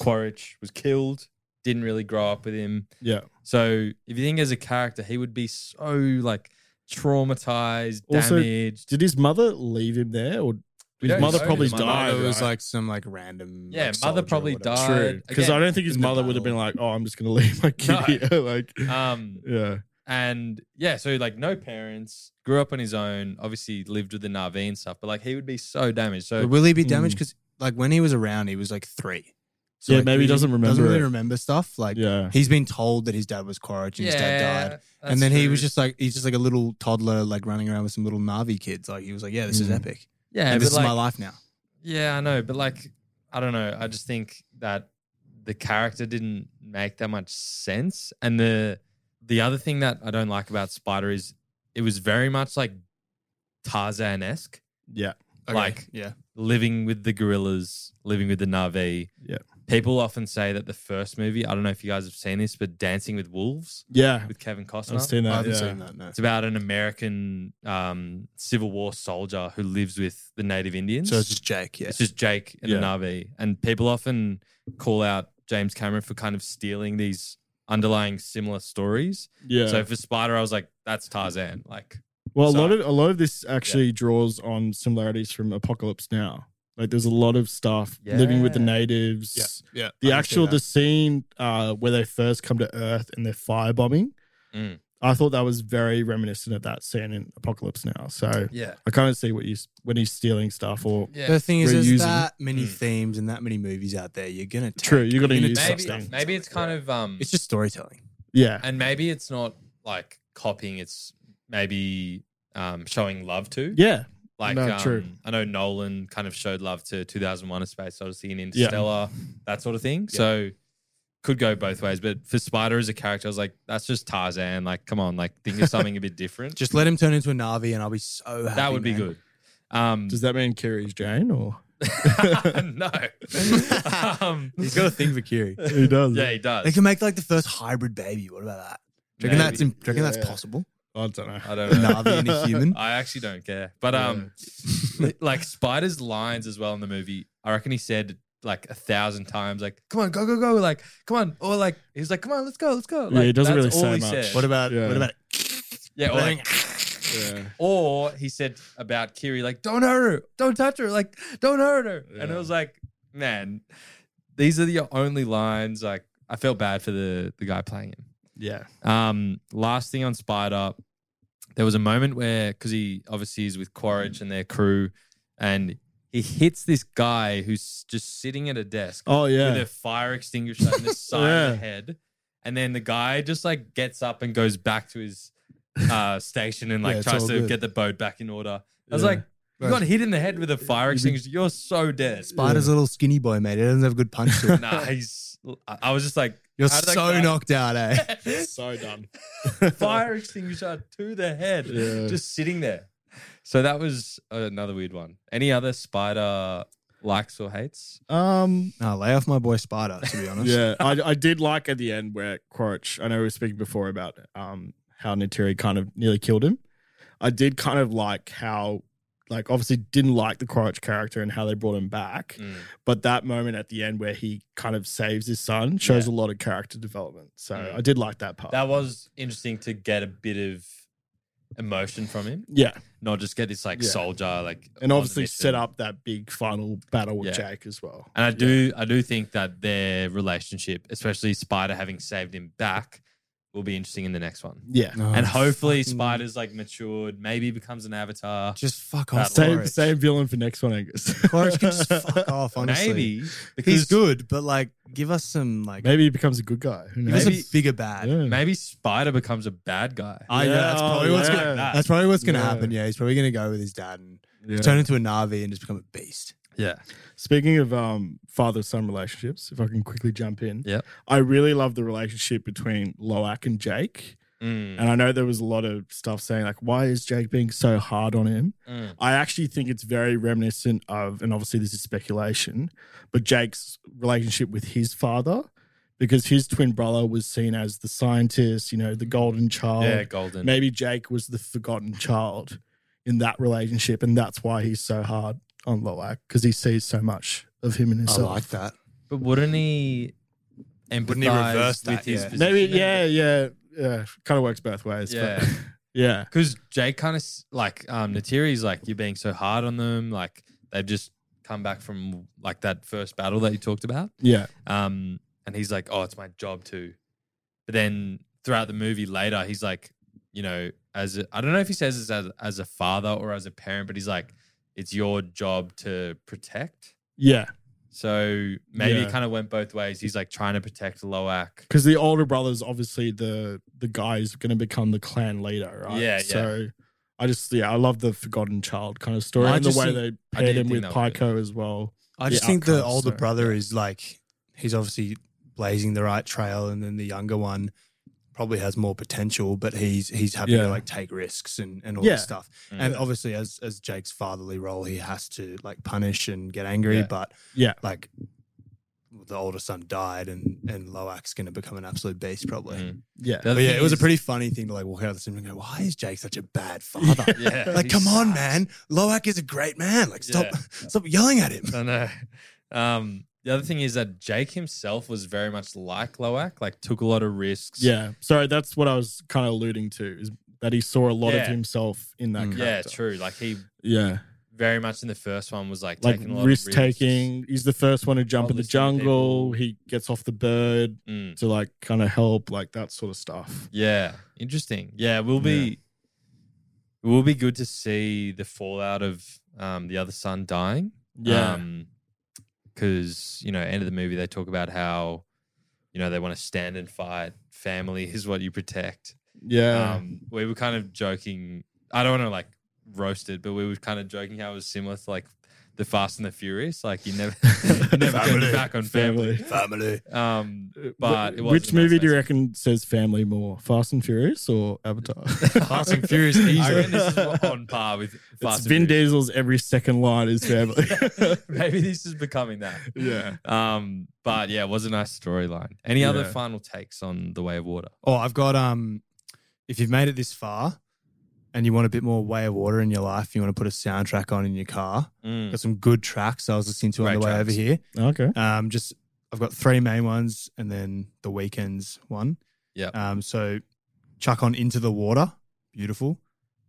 Speaker 1: Quaritch, was killed. Didn't really grow up with him.
Speaker 7: yeah.
Speaker 1: So, if you think as a character, he would be so like traumatized,
Speaker 7: Also,
Speaker 1: damaged.
Speaker 7: Did his mother leave him there, or
Speaker 1: We
Speaker 7: his
Speaker 1: don't
Speaker 7: mother
Speaker 1: know
Speaker 7: probably
Speaker 1: his mother.
Speaker 7: died?
Speaker 8: It was
Speaker 7: right?
Speaker 8: like some like random.
Speaker 1: Yeah,
Speaker 8: like,
Speaker 1: mother
Speaker 8: soldier or
Speaker 1: probably
Speaker 8: whatever.
Speaker 1: died.
Speaker 7: True, because
Speaker 1: Again,
Speaker 7: I don't think his
Speaker 8: in the
Speaker 7: mother would have been
Speaker 8: battle.
Speaker 7: like, "Oh, I'm just gonna leave my kid
Speaker 1: No.
Speaker 7: here." like,
Speaker 1: um,
Speaker 7: yeah,
Speaker 1: And yeah, so like no parents, grew up on his own, obviously lived with the Na'vi and stuff, but like he would be so damaged.
Speaker 8: But
Speaker 1: So
Speaker 8: will he be damaged?
Speaker 7: Mm.
Speaker 8: Because like when he was around, he was like three.
Speaker 7: Yeah, maybe he doesn't
Speaker 8: Doesn't
Speaker 7: remember
Speaker 8: really
Speaker 7: it.
Speaker 8: remember stuff. Like
Speaker 7: yeah,
Speaker 8: he's been told that his dad was Quaritch and his dad died. and then he was just like he's just like a little toddler like running around with some little Navi kids. Like he was like, yeah, this is
Speaker 7: Mm.
Speaker 8: epic.
Speaker 1: yeah,
Speaker 8: and
Speaker 1: but
Speaker 8: this
Speaker 1: like-
Speaker 8: is my life now.
Speaker 1: Yeah, I know, but like I don't know. I just think that the character didn't make that much sense. And the the other thing that I don't like about Spider is it was very much like Tarzan esque.
Speaker 7: yeah,
Speaker 1: Like-
Speaker 8: yeah,
Speaker 1: living with the gorillas, living with the Na'vi.
Speaker 7: Yeah.
Speaker 1: People often say that the first movie, I don't know if you guys have seen this, but Dancing with Wolves
Speaker 7: yeah.
Speaker 1: with Kevin Costner.
Speaker 7: I've seen
Speaker 8: I
Speaker 7: that.
Speaker 8: haven't
Speaker 7: yeah.
Speaker 8: seen that. No.
Speaker 1: It's about an American um, Civil War soldier who lives with the native Indians.
Speaker 8: So it's just Jake. Yeah,
Speaker 1: It's just Jake and
Speaker 7: Yeah.
Speaker 1: the Na'vi. And people often call out James Cameron for kind of stealing these underlying similar stories.
Speaker 7: yeah.
Speaker 1: So for Spider, I was like, that's Tarzan. Like,
Speaker 7: well, a lot
Speaker 1: so-
Speaker 7: of a lot of this actually draws on similarities from Apocalypse Now. Like, there's a lot of stuff living with the
Speaker 1: Yeah.
Speaker 7: natives.
Speaker 8: yeah, yeah.
Speaker 7: The
Speaker 8: I can see
Speaker 7: actual
Speaker 8: that.
Speaker 7: the scene uh, where they first come to Earth and they're firebombing.
Speaker 1: Mm.
Speaker 7: I thought that was very reminiscent of that scene in Apocalypse Now. So
Speaker 1: yeah.
Speaker 7: I kind of see what you when he's stealing stuff or
Speaker 1: Yeah.
Speaker 8: the thing is,
Speaker 7: We're
Speaker 8: there's
Speaker 7: using-
Speaker 8: that many
Speaker 1: Mm.
Speaker 8: themes and that many movies out there. You're gonna take,
Speaker 7: True, you're gonna
Speaker 8: you're
Speaker 7: use
Speaker 8: take
Speaker 7: Maybe-
Speaker 8: stuff.
Speaker 1: Maybe it's kind of um
Speaker 8: It's just storytelling.
Speaker 7: yeah,
Speaker 1: and maybe it's not like copying, it's maybe um showing love to.
Speaker 7: yeah,
Speaker 1: Like
Speaker 7: No,
Speaker 1: um,
Speaker 7: true.
Speaker 1: I know Nolan kind of showed love to 2001: A Space Odyssey and Interstellar, that sort of thing.
Speaker 8: Yeah.
Speaker 1: So could go both ways. But for Spider as a character, I was like, that's just Tarzan. Like, come on, like think of something a bit different.
Speaker 8: Just let him turn into a Navi, and I'll be so happy.
Speaker 1: that would be
Speaker 8: man.
Speaker 1: good. Um,
Speaker 7: Does that mean Carrie's Jane or
Speaker 1: no, um,
Speaker 8: He's got a thing for Kiri.
Speaker 7: he does?
Speaker 1: yeah, he does.
Speaker 8: They can make like the first hybrid baby. What about that? Do you reckon
Speaker 1: Maybe.
Speaker 8: that's, in, do you reckon
Speaker 7: Yeah.
Speaker 8: that's possible?
Speaker 7: I don't know.
Speaker 1: I don't
Speaker 8: A
Speaker 1: know.
Speaker 8: Navi and a human?
Speaker 1: I actually don't care. But um, like Spider's lines as well in the movie. I reckon he said like a thousand times, like "Come on, go, go, go!" Like "Come on," or like he's like "Come on, let's go, let's go." Like,
Speaker 7: Yeah, he doesn't
Speaker 1: that's
Speaker 7: really
Speaker 1: all
Speaker 7: say
Speaker 1: he
Speaker 7: much.
Speaker 1: said.
Speaker 8: What about
Speaker 7: Yeah.
Speaker 8: what about
Speaker 1: yeah, or, like,
Speaker 7: Yeah.
Speaker 1: or he said about Kiri, like "Don't hurt her, don't touch her, like don't hurt her," and it
Speaker 7: Yeah.
Speaker 1: was like, man, these are the only lines. Like I felt bad for the the guy playing him.
Speaker 7: Yeah.
Speaker 1: Um, last thing on Spider, there was a moment where because he obviously is with Quaritch and their crew, and he hits this guy who's just sitting at a desk
Speaker 7: Oh
Speaker 1: with
Speaker 7: yeah.
Speaker 1: a fire extinguisher in the side of the
Speaker 7: Yeah.
Speaker 1: head, and then the guy just like gets up and goes back to his uh, station and like
Speaker 8: Yeah, it's
Speaker 1: tries
Speaker 8: all
Speaker 1: to
Speaker 8: good.
Speaker 1: get the boat back in order. I was
Speaker 7: Yeah.
Speaker 1: like, You got hit in the head with a fire extinguisher. You're so dead.
Speaker 8: Spider's a little skinny boy, mate. It doesn't have good punch to it.
Speaker 1: Nah, he's. I I was just like,
Speaker 8: You're
Speaker 1: how did that
Speaker 8: so
Speaker 1: guy-
Speaker 8: knocked out, eh?
Speaker 12: so done.
Speaker 1: fire extinguisher to the head,
Speaker 7: Yeah.
Speaker 1: just sitting there. So that was another weird one. Any other spider likes or hates?
Speaker 7: Um,
Speaker 8: No, lay off my boy Spider, to be honest.
Speaker 7: yeah, I, I did like at the end where Quaritch. I know we were speaking before about um how Natiri kind of nearly killed him. I did kind of like how, like, obviously didn't like the Quaritch character and how they brought him back, but that moment at the end where he kind of saves his son shows a lot of character development. So
Speaker 1: Mm.
Speaker 7: I did like that part.
Speaker 1: That was interesting to get a bit of emotion from him.
Speaker 7: yeah,
Speaker 1: Not just get this like
Speaker 7: Yeah.
Speaker 1: soldier, like
Speaker 7: and
Speaker 1: on the
Speaker 7: obviously
Speaker 1: mission.
Speaker 7: set up that big final battle with
Speaker 1: Yeah.
Speaker 7: Jake as well.
Speaker 1: And I do, I do think that their relationship, especially Spider having saved him back, will be interesting in the next one.
Speaker 7: Yeah. No,
Speaker 1: and hopefully Spider's like matured, maybe becomes an avatar.
Speaker 8: Just fuck
Speaker 1: off,
Speaker 7: Same,
Speaker 1: Quaritch.
Speaker 7: same villain for next one, Angus.
Speaker 8: Quaritch can just fuck off, honestly.
Speaker 1: Maybe
Speaker 8: He's
Speaker 1: because
Speaker 8: good, but like, give us some, like,
Speaker 7: Maybe he becomes a good guy. Who
Speaker 8: give us
Speaker 7: knows?
Speaker 8: a bigger bad.
Speaker 1: maybe Spider becomes a bad guy.
Speaker 8: I yeah, that's
Speaker 7: Hmm. Yeah, Oh,
Speaker 8: probably what's
Speaker 7: yeah.
Speaker 8: gonna
Speaker 7: Like
Speaker 8: that's probably what's gonna
Speaker 7: Yeah.
Speaker 8: happen. Yeah, he's probably gonna go with his dad and
Speaker 7: Yeah.
Speaker 8: turn into a Navi and just become a beast.
Speaker 1: Yeah.
Speaker 7: Speaking of um, father son relationships, if I can quickly jump in,
Speaker 1: Yep.
Speaker 7: I really love the relationship between Loak and Jake.
Speaker 1: Mm.
Speaker 7: And I know there was a lot of stuff saying, like, why is Jake being so hard on him?
Speaker 1: Mm.
Speaker 7: I actually think it's very reminiscent of, and obviously this is speculation, but Jake's relationship with his father, because his twin brother was seen as the scientist, you know, the golden child.
Speaker 1: Yeah, golden.
Speaker 7: Oh. Maybe Jake was the forgotten child in that relationship, and that's why he's so hard on Loak because he sees so much of him in himself.
Speaker 8: I like that.
Speaker 1: But wouldn't he empathize
Speaker 8: Wouldn't he reverse
Speaker 1: with
Speaker 8: that?
Speaker 1: his
Speaker 8: Yeah.
Speaker 1: position?
Speaker 7: Maybe, yeah, yeah, yeah. Kind of works both ways. but-
Speaker 1: Yeah.
Speaker 7: yeah.
Speaker 1: Because Jake kind of like um, Natiri's like you're being so hard on them. Like they've just come back from like that first battle that you talked about.
Speaker 7: Yeah.
Speaker 1: Um, and he's like, oh, it's my job too. But then throughout the movie later, he's like, you know, as a, I don't know if he says this as as a father or as a parent, but he's like, it's your job to protect.
Speaker 7: Yeah.
Speaker 1: So maybe
Speaker 7: Yeah.
Speaker 1: it kind of went both ways. He's like trying to protect Loak.
Speaker 7: Because the older brother's obviously the the guy who's going to become the clan leader, right?
Speaker 1: Yeah, yeah.
Speaker 7: So I just yeah, I love the forgotten child kind of story
Speaker 8: I
Speaker 7: and the
Speaker 8: just
Speaker 7: way
Speaker 8: think-
Speaker 7: they
Speaker 1: I
Speaker 7: paired
Speaker 1: did
Speaker 7: him
Speaker 1: think
Speaker 7: with
Speaker 1: that was
Speaker 7: Pyko as well.
Speaker 8: I
Speaker 7: The
Speaker 8: just think the
Speaker 7: outcome,
Speaker 8: older
Speaker 7: so-
Speaker 8: brother is like he's obviously blazing the right trail, and then the younger one probably has more potential, but he's he's having
Speaker 7: Yeah.
Speaker 8: to like take risks and, and all
Speaker 7: Yeah.
Speaker 8: this stuff. And obviously, as as Jake's fatherly role, he has to like punish and get angry,
Speaker 7: Yeah.
Speaker 8: but
Speaker 7: Yeah.
Speaker 8: like the older son died, and and Loak's going to become an absolute beast probably.
Speaker 1: Mm.
Speaker 7: Yeah.
Speaker 1: The other
Speaker 8: But yeah,
Speaker 1: thing
Speaker 8: it was a
Speaker 1: is-
Speaker 8: pretty funny thing to like walk out of the cinema and go, "Why is Jake such a bad father?"
Speaker 1: Yeah.
Speaker 8: like,
Speaker 1: he
Speaker 8: come on,
Speaker 1: sucks.
Speaker 8: man. Loak is a great man. Like, stop,
Speaker 1: Yeah.
Speaker 8: stop yelling at him.
Speaker 1: I know. Um, the other thing is that Jake himself was very much like Loak, like took a lot of risks.
Speaker 7: Yeah. So that's what I was kind of alluding to is that he saw a lot of
Speaker 1: Yeah.
Speaker 7: himself in that
Speaker 8: Mm.
Speaker 1: Yeah,
Speaker 7: character.
Speaker 1: true. Like he
Speaker 7: Yeah.
Speaker 1: very much in the first one was like,
Speaker 7: Like
Speaker 1: taking a lot
Speaker 7: risk
Speaker 1: of risks.
Speaker 7: taking. He's the first one to jump in the
Speaker 1: Not listening to
Speaker 7: jungle.
Speaker 1: people.
Speaker 7: He gets off the bird
Speaker 1: Mm,
Speaker 7: to like kind of help, like that sort of stuff.
Speaker 1: yeah, interesting. Yeah, we'll be it will be good to see the fallout of um, the other son dying.
Speaker 7: Yeah.
Speaker 1: Um, because you know, end of the movie they talk about how you know they want to stand and fight. Family is what you protect.
Speaker 7: Yeah.
Speaker 1: um, we were kind of joking. I don't want to like roast it, but we were kind of joking how it was similar to like the Fast and the Furious. Like you never, you never turn
Speaker 8: Family.
Speaker 1: your back on family.
Speaker 8: Family.
Speaker 1: Um,
Speaker 7: Uh,
Speaker 1: but
Speaker 7: wh-
Speaker 1: it
Speaker 7: which
Speaker 1: wasn't
Speaker 7: movie
Speaker 1: that
Speaker 7: do
Speaker 1: specific.
Speaker 7: you reckon says family more, Fast and Furious or Avatar?
Speaker 1: Fast and Furious easily. I reckon this is on par with Fast
Speaker 7: it's
Speaker 1: and
Speaker 7: Vin
Speaker 1: Furious.
Speaker 7: Diesel's every second line is family.
Speaker 1: Maybe this is becoming that.
Speaker 7: yeah.
Speaker 1: Um, but yeah, it was a nice storyline. Any other
Speaker 7: Yeah.
Speaker 1: final takes on The Way of Water?
Speaker 8: Oh, I've got um if you've made it this far and you want a bit more way of water in your life, you want to put a soundtrack on in your car.
Speaker 1: Mm.
Speaker 8: Got some good tracks I was listening to
Speaker 1: Great
Speaker 8: on the way
Speaker 1: tracks.
Speaker 8: over here.
Speaker 7: Okay.
Speaker 8: Um just I've got three main ones and then the weekends one.
Speaker 1: Yep.
Speaker 8: Um so chuck on into the water. Beautiful.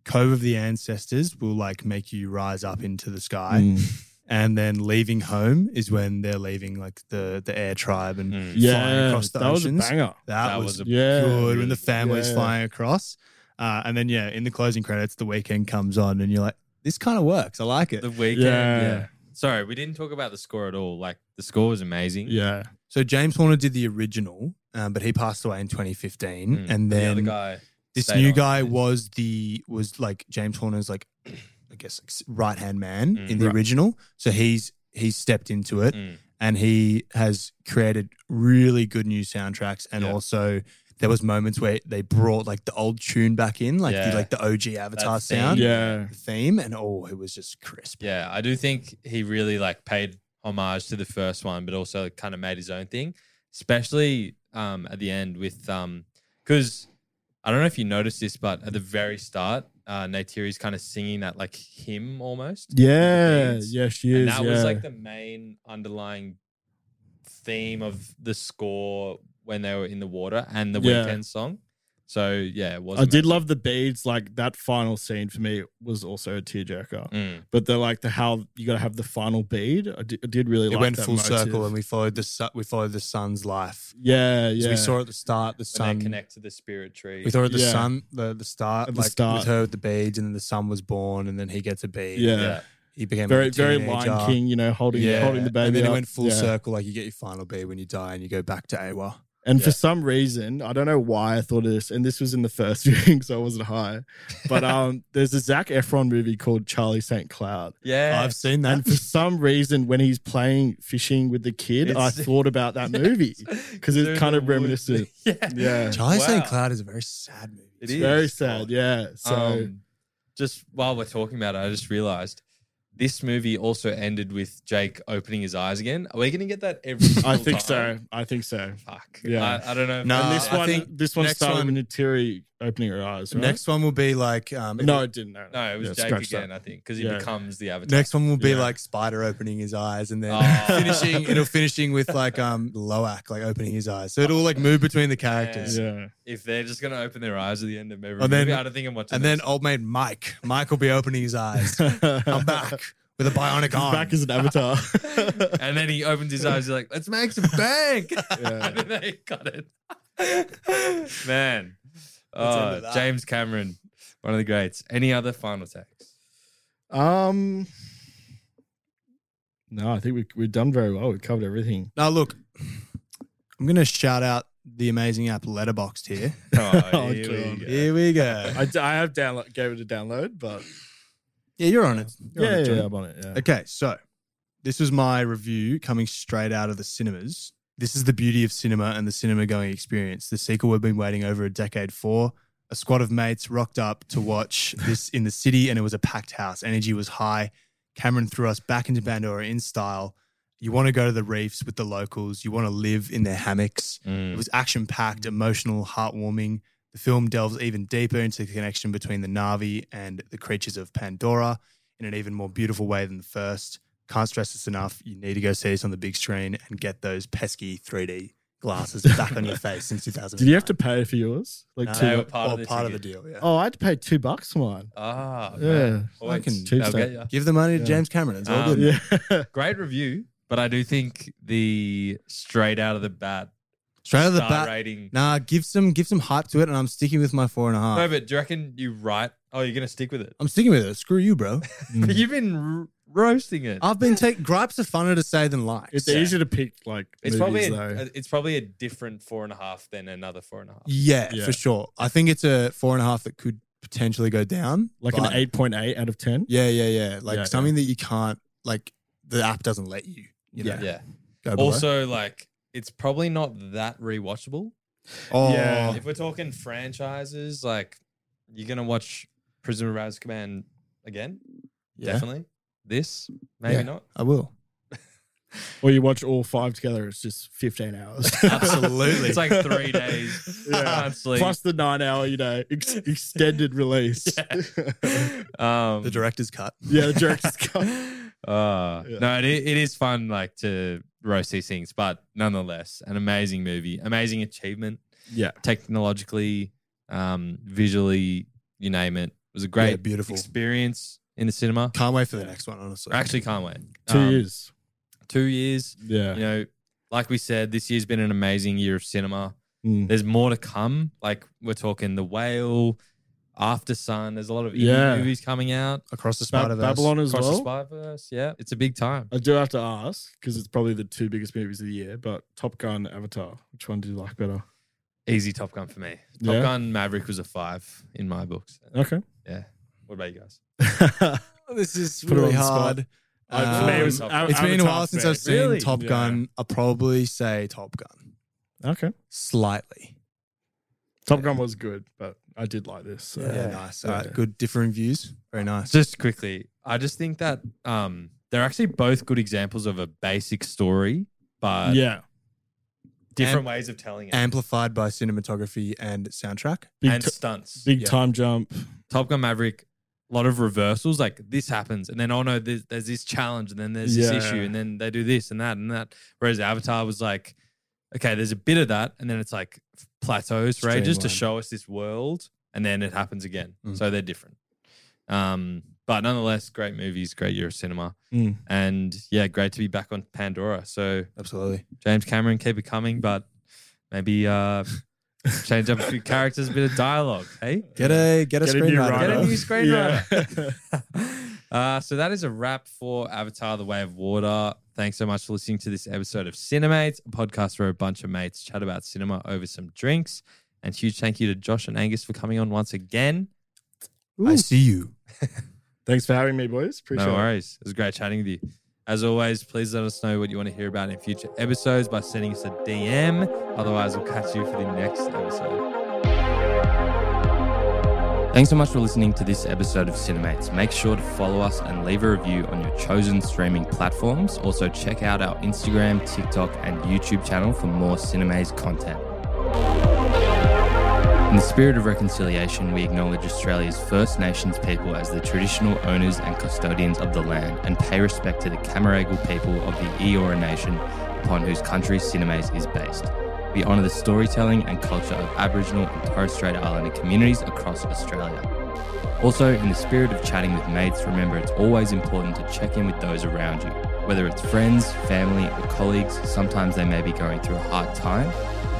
Speaker 8: Cove of the Ancestors will like make you rise up into the sky.
Speaker 7: Mm.
Speaker 8: And then leaving home is when they're leaving like the the air tribe and
Speaker 1: Mm.
Speaker 7: Yeah.
Speaker 8: across the
Speaker 7: that
Speaker 8: oceans.
Speaker 7: was a banger.
Speaker 8: that,
Speaker 1: That
Speaker 8: was,
Speaker 1: was a
Speaker 7: Yeah.
Speaker 8: good when the family's
Speaker 7: Yeah.
Speaker 8: flying across. Uh, and then yeah, in the closing credits, the weekend comes on, and you're like, "This kind of works. I like it."
Speaker 1: The weekend.
Speaker 7: Yeah.
Speaker 1: yeah. Sorry, we didn't talk about the score at all. Like the score was amazing.
Speaker 7: Yeah.
Speaker 8: so James Horner did the original, um, but he passed away in 2015,
Speaker 1: Mm.
Speaker 8: and
Speaker 1: the
Speaker 8: then
Speaker 1: other guy,
Speaker 8: this
Speaker 1: stayed
Speaker 8: new
Speaker 1: on.
Speaker 8: guy was the was like James Horner's like I
Speaker 13: guess, like, right hand man
Speaker 14: Mm.
Speaker 13: in the
Speaker 14: Right.
Speaker 13: original. So he's he's stepped into it,
Speaker 14: Mm.
Speaker 13: and he has created really good new soundtracks. And
Speaker 14: Yeah.
Speaker 13: also, there was moments where they brought like the old tune back in, like
Speaker 1: Yeah.
Speaker 13: the, like the OG Avatar
Speaker 1: That theme,
Speaker 13: sound,
Speaker 1: yeah.
Speaker 13: the theme, and oh, it was just crisp.
Speaker 1: Yeah, I do think he really like paid homage to the first one, but also kind of made his own thing, especially um, at the end with um, because I don't know if you noticed this, but at the very start, uh, Neytiri's kind of singing that like hymn almost. with the
Speaker 7: Yeah,
Speaker 1: beads.
Speaker 7: yeah, she
Speaker 1: And
Speaker 7: is,
Speaker 1: that was
Speaker 7: yeah.
Speaker 1: like the main underlying theme of the score when they were in the water and the
Speaker 7: Yeah.
Speaker 1: weekend song. So yeah, it was.
Speaker 7: I did love the beads. Like that final scene for me was also a tearjerker.
Speaker 1: Mm.
Speaker 7: But the like the how you got to have the final bead. I did, I did really
Speaker 13: it
Speaker 7: like
Speaker 13: went
Speaker 7: that
Speaker 13: full
Speaker 7: motive.
Speaker 13: circle, and we followed the su- we followed the sun's life.
Speaker 7: Yeah,
Speaker 13: So
Speaker 7: yeah.
Speaker 13: we saw at the start the
Speaker 1: when
Speaker 13: sun
Speaker 1: they connect to the spirit tree.
Speaker 13: We thought of the
Speaker 1: Yeah.
Speaker 13: sun, the the star,
Speaker 1: At the
Speaker 13: like
Speaker 1: start.
Speaker 13: with her with the beads, and then the sun was born, and then he gets a bead.
Speaker 7: Yeah. Yeah.
Speaker 13: he became
Speaker 7: Very-
Speaker 13: like a
Speaker 7: very Lion
Speaker 13: teenager.
Speaker 7: King, you know, holding- holding the
Speaker 13: and
Speaker 7: baby
Speaker 13: then
Speaker 7: up.
Speaker 13: it went full
Speaker 7: Yeah.
Speaker 13: circle. Like you get your final bead when you die, and you go back to Awa.
Speaker 7: And for some reason, I don't know why I thought of this, and this was in the first viewing, so I wasn't high. But um, there's a Zach Efron movie called Charlie St. Cloud.
Speaker 1: Yeah. I've
Speaker 13: seen
Speaker 7: that. And for some reason, when he's playing fishing with the kid, I
Speaker 13: It's-
Speaker 7: thought about that movie because
Speaker 13: Through
Speaker 7: it's kind
Speaker 13: the
Speaker 7: of reminiscent.
Speaker 1: yeah.
Speaker 13: Charlie St.
Speaker 1: Wow.
Speaker 13: Cloud is a very sad movie.
Speaker 1: It
Speaker 7: It's
Speaker 1: is Oh.
Speaker 7: very sad. Yeah. So
Speaker 1: Um, just while we're talking about it, I just realized this movie also ended with Jake opening his eyes again. Are we going to get that every?
Speaker 7: I
Speaker 1: single
Speaker 7: think so.
Speaker 1: time?
Speaker 7: I think so.
Speaker 1: Fuck.
Speaker 7: Yeah.
Speaker 1: I- I don't know.
Speaker 13: No,
Speaker 7: and this
Speaker 13: Uh, I
Speaker 7: one,
Speaker 13: think
Speaker 7: this one
Speaker 13: next
Speaker 7: started
Speaker 13: one-
Speaker 7: with Natiri opening her eyes.
Speaker 13: The
Speaker 7: Right?
Speaker 13: next one will be like um, if
Speaker 7: No, it didn't. No,
Speaker 1: No, it was
Speaker 7: Yeah,
Speaker 1: Jake
Speaker 7: scratch
Speaker 1: again.
Speaker 7: that.
Speaker 1: I think because he
Speaker 7: Yeah.
Speaker 1: becomes the avatar.
Speaker 13: Next one will be
Speaker 1: Yeah.
Speaker 13: like Spider opening his eyes and then
Speaker 1: Oh.
Speaker 13: finishing. It'll finishing with like um Loak like opening his eyes. So it'll like move between the characters.
Speaker 1: If they're just going to open their eyes at the end of every
Speaker 13: And then,
Speaker 1: movie, I don't think I'm watching.
Speaker 13: and then old mate Mike. Mike will be opening his eyes. I'm back with a bionic arm.
Speaker 7: back as an avatar.
Speaker 1: this. and then he opens his eyes. He's like, "Let's make some bank." and then they got it. Man,
Speaker 7: end it
Speaker 1: Oh,
Speaker 7: up.
Speaker 1: James Cameron, one of the greats. Any other final tech?
Speaker 7: um, no, I think we we've done very well. We've covered everything.
Speaker 13: Now look, I'm gonna shout out the amazing app Letterboxd here.
Speaker 1: Oh,
Speaker 7: here we God. go.
Speaker 13: Here we go.
Speaker 7: I, d- I have download gave it a download, but
Speaker 13: Yeah, you're on it. You're
Speaker 7: Yeah,
Speaker 13: on it,
Speaker 7: yeah,
Speaker 13: Johnny.
Speaker 7: I'm on it, yeah.
Speaker 13: Okay, so this was my review coming straight out of the cinemas. This is the beauty of cinema and the cinema going experience. The sequel we've been waiting over a decade for. A squad of mates rocked up to watch this in the city, and it was a packed house. Energy was high. Cameron threw us back into Bandora in style. You want to go to the reefs with the locals. You want to live in their hammocks.
Speaker 7: Hmm.
Speaker 13: It was action packed, emotional, heartwarming. The film delves even deeper into the connection between the Navi and the creatures of Pandora in an even more beautiful way than the first. Can't stress this enough. You need to go see this on the big screen and get those pesky 3D glasses back on your face since 2000.
Speaker 7: Did you have to pay for yours? Like
Speaker 13: No,
Speaker 7: two.
Speaker 13: they were
Speaker 1: Mm.
Speaker 7: bu-
Speaker 13: part of
Speaker 7: or
Speaker 13: the ticket. deal, yeah. Oh,
Speaker 7: Oh, I had to pay two bucks for mine.
Speaker 1: Ah,
Speaker 7: Yeah.
Speaker 1: man.
Speaker 7: I
Speaker 1: Always
Speaker 7: can-
Speaker 1: cheap
Speaker 7: I'll
Speaker 1: stuff.
Speaker 7: get ya.
Speaker 13: Give the money to
Speaker 1: Yeah.
Speaker 13: James Cameron. It's all
Speaker 1: Um,
Speaker 13: good.
Speaker 1: great review, but I do think the straight out of the bat,
Speaker 13: Straight out of the
Speaker 1: star
Speaker 13: bat.
Speaker 1: rating.
Speaker 13: Nah, give some give some hype to it, and I'm sticking with my four and a half.
Speaker 1: No, but do you reckon you write? Oh, you're gonna stick with it.
Speaker 13: I'm sticking with it. Screw you, bro.
Speaker 1: But you've been r- roasting it.
Speaker 13: I've been taking gripes are funner to say than likes.
Speaker 7: It's easier to pick like
Speaker 1: It's probably a,
Speaker 7: movies, though.
Speaker 1: a- it's probably a different four and a half than another four and a half.
Speaker 13: Yeah,
Speaker 7: Yeah.
Speaker 13: for sure. I think it's a four and a half that could potentially go down.
Speaker 7: like
Speaker 13: but-
Speaker 7: an eight point eight out of ten.
Speaker 13: Yeah, yeah, yeah. Like
Speaker 7: Yeah,
Speaker 13: something that you can't like the app doesn't let you. you know,
Speaker 1: Yeah.
Speaker 13: go below.
Speaker 1: Also, like it's probably not that rewatchable.
Speaker 13: Oh.
Speaker 7: Yeah.
Speaker 1: If we're talking franchises, like you're gonna watch Prisoner of Azkaban again,
Speaker 13: Yeah.
Speaker 1: definitely. This maybe
Speaker 13: Yeah,
Speaker 1: not.
Speaker 13: I will.
Speaker 7: Or you watch all five together. It's just fifteen hours.
Speaker 13: Absolutely.
Speaker 1: It's like three days.
Speaker 7: Yeah.
Speaker 1: Can't sleep.
Speaker 7: Plus the nine hour, you know, ex- extended release.
Speaker 1: Um,
Speaker 13: the director's cut.
Speaker 7: yeah, the director's cut.
Speaker 1: Uh,
Speaker 7: Yeah.
Speaker 1: No, it, i- it is fun, like to roast these things, but nonetheless, an amazing movie, amazing achievement.
Speaker 7: Yeah.
Speaker 1: technologically, um, visually, you name it. It was a
Speaker 13: Yeah,
Speaker 1: great,
Speaker 13: beautiful.
Speaker 1: experience in the cinema.
Speaker 13: Can't wait for the next one, honestly.
Speaker 1: I actually can't wait.
Speaker 7: Two
Speaker 1: Um,
Speaker 7: years.
Speaker 1: Two years.
Speaker 7: Yeah.
Speaker 1: You know, like we said, this year's been an amazing year of cinema.
Speaker 7: Mm.
Speaker 1: There's more to come. Like we're talking The Whale, After Sun. There's a lot of indie
Speaker 7: Yeah.
Speaker 1: movies coming out.
Speaker 13: Across the
Speaker 7: Ba-
Speaker 13: Spider Verse.
Speaker 7: Babylon as
Speaker 1: Across the
Speaker 7: well.
Speaker 1: Spider-Verse. Yeah. It's a big time.
Speaker 7: I do have to ask because it's probably the two biggest movies of the year. But Top Gun, Avatar, which one do you like better?
Speaker 1: Easy Top Gun for me. Top
Speaker 7: Yeah?
Speaker 1: Gun Maverick was a five in my books.
Speaker 7: Okay.
Speaker 1: Yeah. What about you guys?
Speaker 9: This is
Speaker 7: Put her
Speaker 9: really
Speaker 7: on the spot.
Speaker 9: hard.
Speaker 7: Uh, for me, it was
Speaker 9: Um,
Speaker 7: Av-
Speaker 9: it's been a while
Speaker 7: Avatar's
Speaker 9: since
Speaker 7: best.
Speaker 9: I've seen
Speaker 7: Really?
Speaker 9: Top
Speaker 7: Yeah.
Speaker 9: Gun. I'll probably say Top Gun
Speaker 7: Okay.
Speaker 9: slightly.
Speaker 7: Top Gun was good, but I did like this. So.
Speaker 9: Yeah, nice. All right, good different views. Very nice.
Speaker 1: Just quickly, I just think that um, they're actually both good examples of a basic story, but
Speaker 7: yeah.
Speaker 1: different
Speaker 9: Am-
Speaker 1: ways of telling it
Speaker 9: Amplified by cinematography and soundtrack.
Speaker 1: and stunts.
Speaker 7: Big
Speaker 9: Yeah.
Speaker 7: time jump.
Speaker 1: Top Gun Maverick, a lot of reversals. Like this happens, and then oh no, there's, there's this challenge, and then there's
Speaker 7: Yeah.
Speaker 1: this issue, and then they do this and that and that. Whereas Avatar was like, okay, there's a bit of that, and then it's like plateaus for ages to
Speaker 9: Streamlined. Mm.
Speaker 1: show us this world, and then it happens again. So they're different. Um, but nonetheless, great movies, great year of cinema,
Speaker 7: Mm.
Speaker 1: and yeah, great to be back on Pandora. So
Speaker 9: Absolutely.
Speaker 1: James Cameron, keep it coming, but maybe uh, change up a few characters, a bit of dialogue. Hey,
Speaker 9: Get a get a
Speaker 7: Get a new
Speaker 9: screenwriter.
Speaker 1: Get a new
Speaker 7: Yeah.
Speaker 1: screenwriter. uh, so that is a wrap for Avatar: The Way of Water. Thanks so much for listening to this episode of Cinemates, a podcast where a bunch of mates chat about cinema over some drinks. And huge thank you to Josh and Angus for coming on once again.
Speaker 9: I see you.
Speaker 7: Thanks for having me, boys. Appreciate
Speaker 1: no
Speaker 7: it.
Speaker 1: worries. It was great chatting with you. As always, please let us know what you want to hear about in future episodes by sending us a DM. Otherwise, we'll catch you for the next episode. Thanks so much for listening to this episode of Cinemates. Make sure to follow us and leave a review on your chosen streaming platforms. Also, check out our Instagram, TikTok, and YouTube channel for more Cinemates content. In the spirit of reconciliation, we acknowledge Australia's First Nations people as the traditional owners and custodians of the land and pay respect to the Camaragal people of the Eora Nation upon whose country Cinemaze is based. We honour the storytelling and culture of Aboriginal and Torres Strait Islander communities across Australia. Also, in the spirit of chatting with mates, remember it's always important to check in with those around you. Whether it's friends, family, or colleagues, sometimes they may be going through a hard time.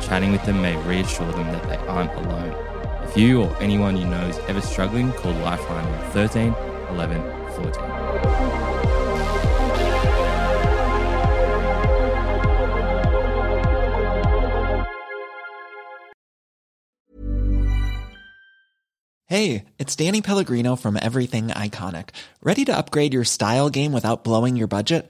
Speaker 1: Chatting with them may reassure them that they aren't alone. If you or anyone you know is ever struggling, call Lifeline on 13 11 14.
Speaker 13: Hey, it's Danny Pellegrino from Everything Iconic. Ready to upgrade your style game without blowing your budget?